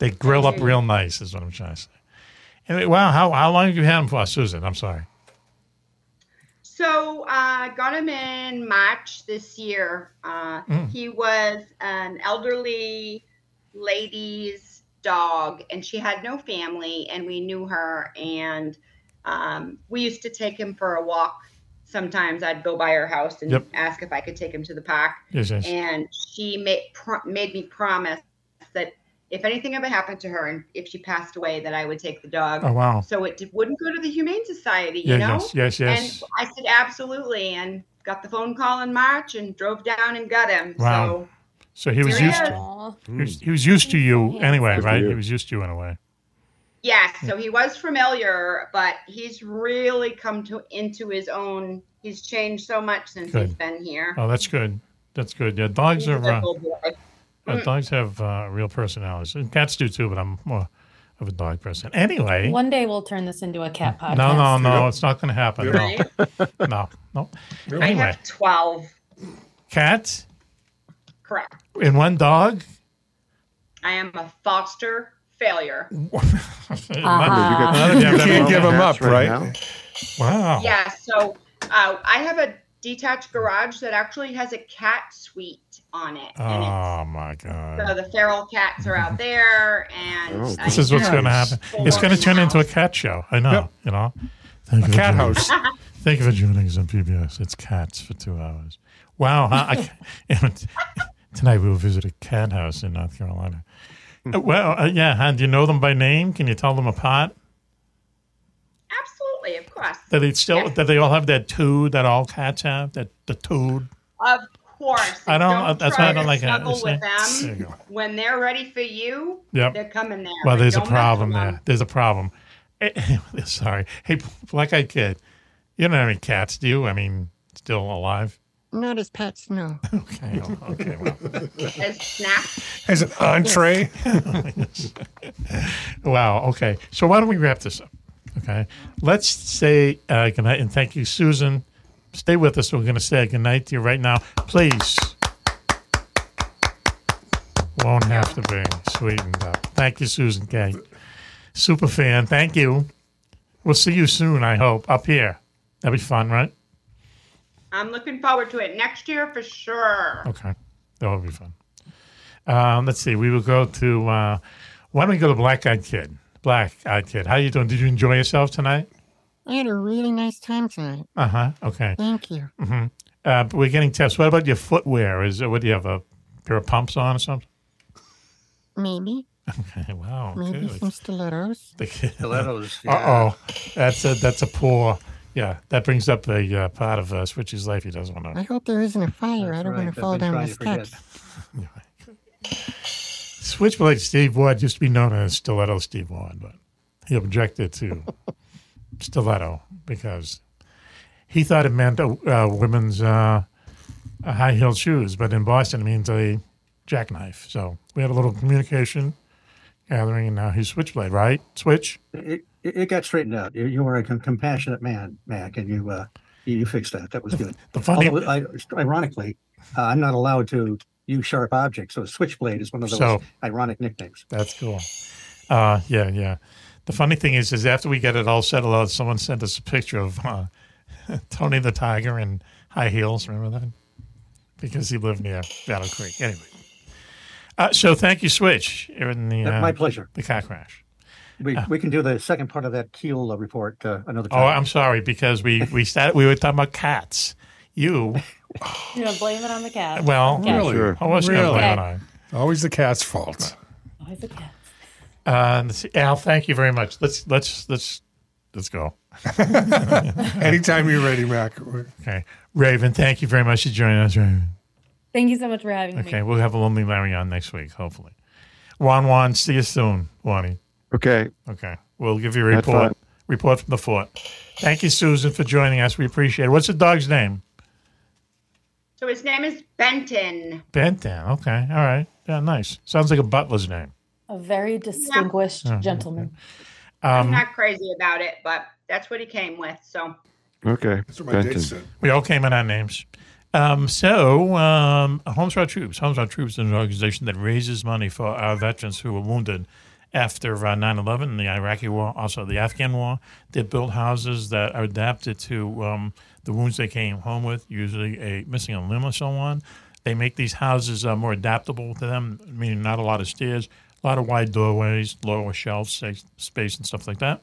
they grill up real nice, is what I'm trying to say. Anyway, wow, how how long have you had them for, Susan? I'm sorry. So I uh, got him in March this year. Uh, Mm. He was an elderly lady's dog, and she had no family, and we knew her. And um, we used to take him for a walk. Sometimes I'd go by her house and Yep. ask if I could take him to the park. Yes, yes. And she made, pro- made me promise that if anything ever happened to her and if she passed away, that I would take the dog. Oh wow. So it d- wouldn't go to the Humane Society, you Yes, know? yes, yes, yes. And I said, absolutely. And got the phone call in March and drove down and got him. Wow. So So he was Here he used is. to Aw. he was, he was used to you anyway, Good for right? you. He was used to you in a way. yes, so he was familiar, but he's really come to into his own. He's changed so much since he's Good. been here. Oh, that's good. That's good. Yeah, dogs He's are a uh, good boy. Mm, uh, dogs have uh, real personalities. And cats do too, but I'm more of a dog person. Anyway, One day we'll turn this into a cat podcast. no, no, no, it's not going to happen. No, Right? no, no. I Anyway, have twelve. cat Correct. and one dog. I am a foster failure. None of you have You that can't problem. give him up, That's right? now. Wow. Yeah, so uh, I have a detached garage that actually has a cat suite on it. and it's- Oh my So God. the feral cats are out there, and Oh, I This is what's hear going to happen. It's going to turn into a cat show. I know. Yep. You know. Thank A you for cat joining. house. Thank you for joining us on PBS. It's cats for two hours. Wow. Huh? I, and tonight we will visit a cat house in North Carolina. Uh, Well, uh, yeah. Huh? Do you know them by name? Can you tell them apart? absolutely, of course, That they still Yes. that they all have that tood that all cats have that the tood. of course. I don't- And that's try why I don't to like it. snuggle It's with like- them There you go. when they're ready for you. Yep. they're coming there. Well, but there's a don't mess with problem them. there. There's a problem. Eh, Sorry. Hey, black eyed kid, you don't have any cats, do you? I mean, still alive? Not as pets, no. Okay. oh, okay. Well. As snacks, As an entree. Wow. Okay. So why don't we wrap this up? Okay. Let's say uh, good night and thank you, Susan. Stay with us. We're going to say good night to you right now. Please. Won't have to be sweetened up. Thank you, Susan Kay. Super fan. Thank you. We'll see you soon, I hope, up here. That'd be fun, right? I'm looking forward to it next year for sure. Okay, that will be fun. Um, let's see. We will go to uh, why don't we go to Black Eyed Kid? Black Eyed Kid, how you doing? Did you enjoy yourself tonight? I had a really nice time tonight. Uh huh. Okay. Thank you. hmm Uh, but we're getting tests. What about your footwear? Is uh, what do you have a pair of pumps on or something? Maybe. Okay. Wow. Maybe Oh, good. some stilettos. The kid- Stilettos, Uh oh, that's a that's a poor. Yeah, that brings up a uh, part of uh, Switchy's life he doesn't want I to. hope there isn't a fire. I don't right, want I've to fall been down the trying to forget. steps. Switchblade Steve Ward used to be known as Stiletto Steve Ward, but he objected to stiletto because he thought it meant uh, uh, women's uh, high heeled shoes, but in Boston it means a jackknife. So we had a little communication gathering, and now he's Switchblade, right? Switch. It, it, it got straightened out. You, you were a com- compassionate man, Mac, and you uh, you, you fixed that. That was good. The funny- Although, I, ironically, uh, I'm not allowed to use sharp objects, so switchblade is one of those So- ironic nicknames. That's cool. Uh, yeah, yeah. The funny thing is, is after we got it all settled out, someone sent us a picture of uh, Tony the Tiger in high heels. Remember that? Because he lived near Battle Creek. Anyway, uh, so thank you, Switch. You're in the Uh, uh, my pleasure. The car crash. We, we can do the second part of that Keel uh, report uh, another Ah. Oh, time. I'm sorry because we we started we were talking about cats. You You know, blame it on the cat. well, Cats. Oh, I was going to Really? blame it on. Always the cat's fault. Always the cat. Uh, let's see. Al, thank you very much. Let's let's let's let's go. Anytime you're ready, Mac. Okay, Raven, thank you very much for joining us, Raven. Thank you so much for having me. Okay, we'll have a lonely Larry on next week, hopefully. Juan Juan, see you soon, Juani. Okay. Okay. We'll give you a Had fun. report. Report from the fort. Thank you, Susan, for joining us. We appreciate it. What's the dog's name? So his name is Benton. Benton. Okay. All right. Yeah, nice. Sounds like a butler's name. A very distinguished Yeah. gentleman. I'm Oh, Um, not crazy about it, but that's what he came with. So Okay. That's what my dad Benton. said. we all came in our names. Um, so, um, Homes for Our Troops. Homes for Our Troops is an organization that raises money for our veterans who were wounded after uh, 9-11 and the Iraqi war, also the Afghan war. They build houses that are adapted to um, the wounds they came home with, usually a missing a limb or so on. They make these houses uh, more adaptable to them, meaning not a lot of stairs, a lot of wide doorways, lower shelf space, space and stuff like that.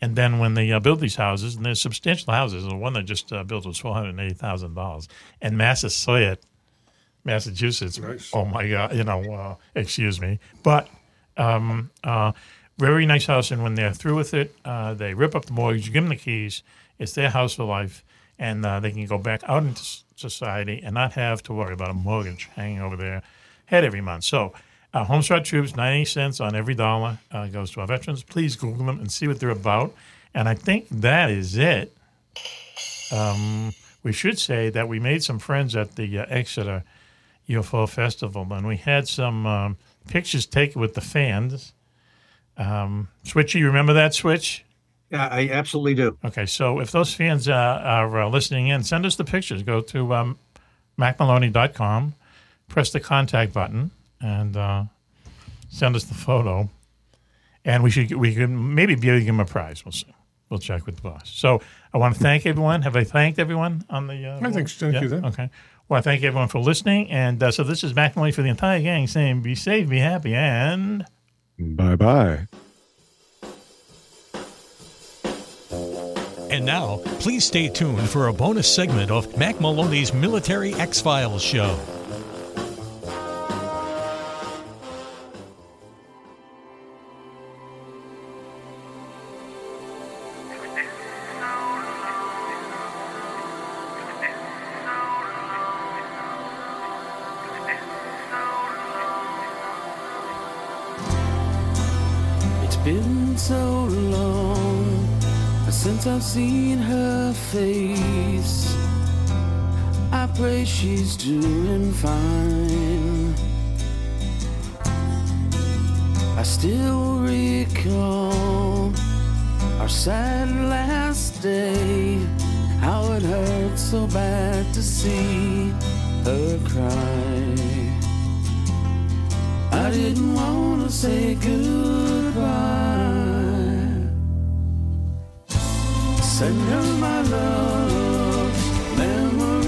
And then when they uh, build these houses, and they're substantial houses, the one that just uh, built was four hundred eighty thousand dollars, and Massasoit, Massachusetts. Nice. Oh my God! You know, uh, excuse me, but um, uh, very nice house. And when they're through with it, uh, they rip up the mortgage, give them the keys. It's their house for life, and uh, they can go back out into s- society and not have to worry about a mortgage hanging over their head every month. So, uh, Home Start Troops, 90 cents on every dollar uh, goes to our veterans. Please Google them and see what they're about. And I think that is it. Um, we should say that we made some friends at the uh, Exeter UFO Festival, and we had some um, pictures taken with the fans. Um, Switchy, you remember that Switch? Yeah, I absolutely do. Okay, so if those fans uh, are uh, listening in, send us the pictures. Go to um, macmaloney.com, press the contact button, and uh, send us the photo. And we should we can maybe be able to give him a prize. We'll see. We'll check with the boss. So I want to thank everyone. Have I thanked everyone on the? Uh, I think so. Thank you, then. Okay. Well, I thank everyone for listening. And uh, so this is Mac Maloney for the entire gang saying, "Be safe, be happy, and." Bye bye. And now, please stay tuned for a bonus segment of Mac Maloney's Military X Files show. It's been so long since I've seen her face. I pray she's doing fine. I still recall our sad last day. How it hurt so bad to see her cry. I didn't want to say goodbye. Send her my love, memories.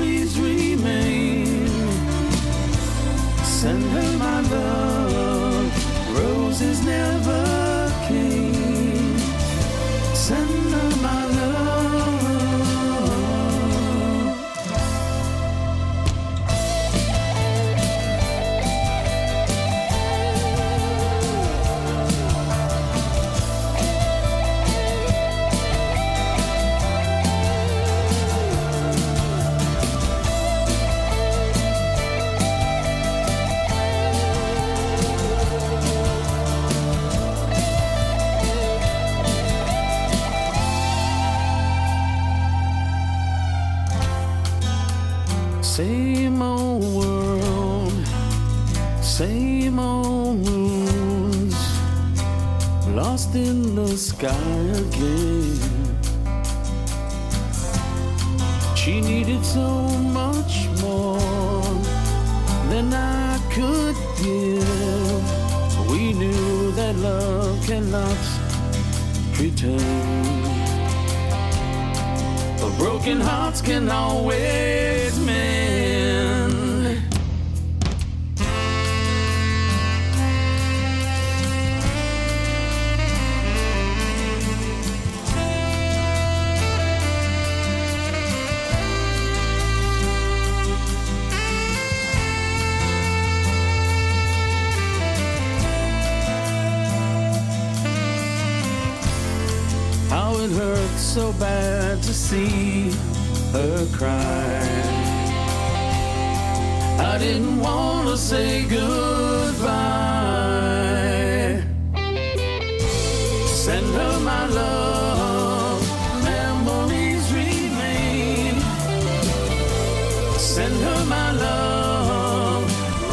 my love, roses never came. Send her my love. Same old world, same old moons, lost in the sky again. She needed so much more than I could give. We knew that love cannot pretend. But broken hearts can always mend. How it hurts so bad to see her cry. I didn't want to say goodbye. Send her my love, memories remain. Send her my love,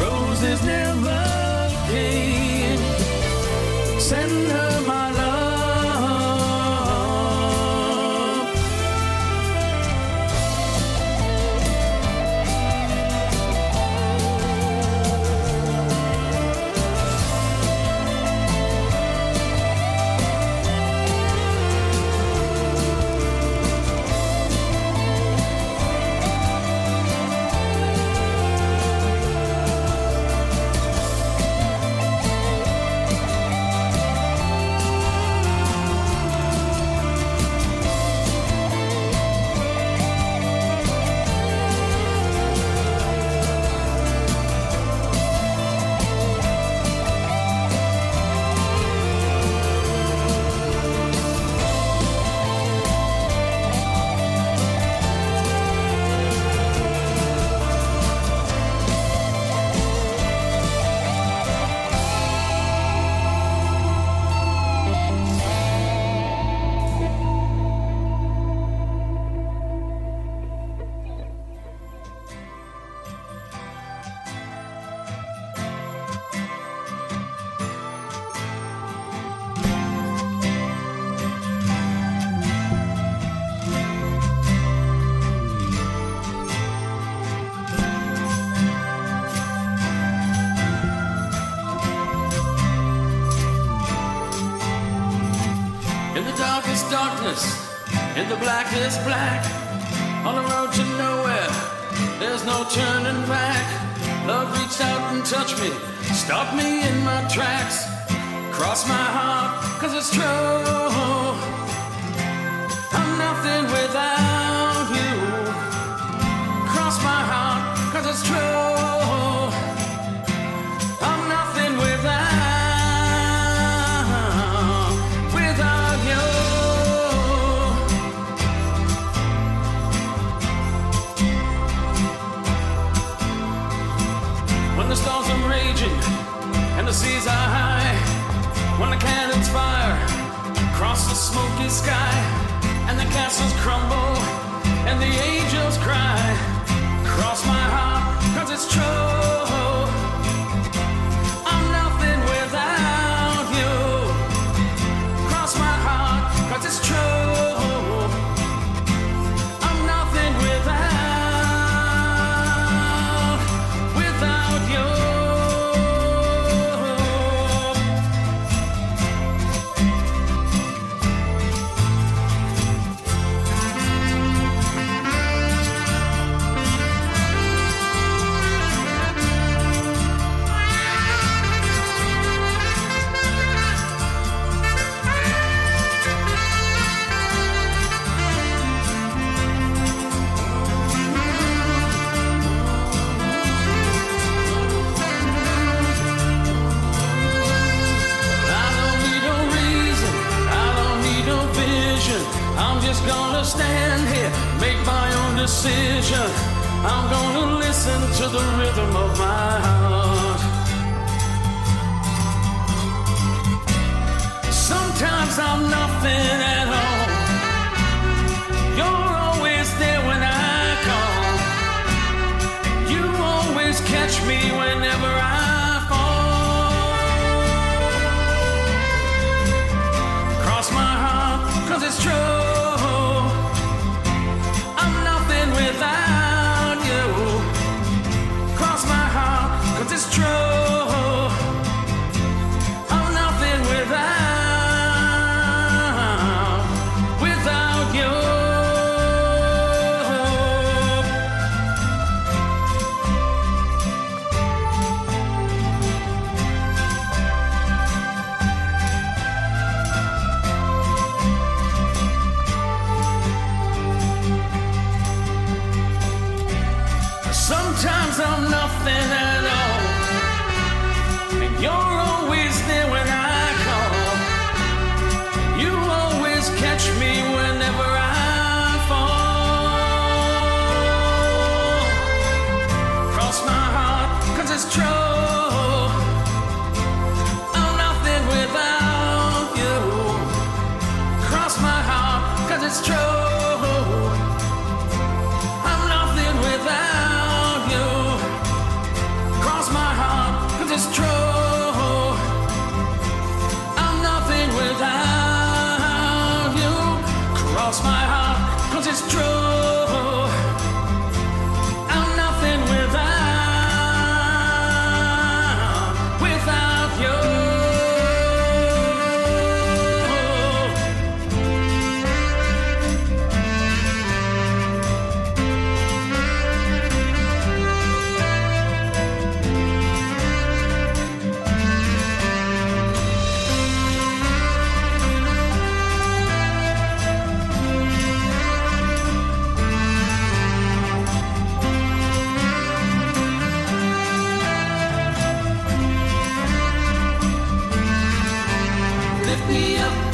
roses never came. Send her my love. In the darkest darkness, in the blackest black, on the road to nowhere, there's no turning back. Love reached out and touched me, stopped me in my tracks, crossed my heart, cause it's true. I'm nothing without you. Cross my heart, cause it's true. I'm nothing without, without you. When the storms are raging and the seas are high, when the cannons fire across the smoky sky, and the castles crumble and the angels cry, cross my heart, cause it's true. I'm nothing without you. Cross my heart, 'cause it's true. I'm nothing without, without you. ocean. I'm just gonna stand here, make my own decision. I'm gonna listen to the rhythm of my heart. Sometimes I'm nothing at all. You're always there when I call. You always catch me whenever I fall. Cross my heart, cause it's true. I'm nothing without you. Cross my heart, cause it's true. I'm nothing without, without you. Sometimes I'm nothing at all. And you're always there when I call. You always catch me whenever I fall. Cross my heart, cause it's true. I'm nothing without you. Cross my heart, cause it's true. I'm nothing without you. Cross my heart, 'cause it's true. I'm nothing without you. Cross my heart, 'cause it's true. I'm nothing without, without you. Lift me up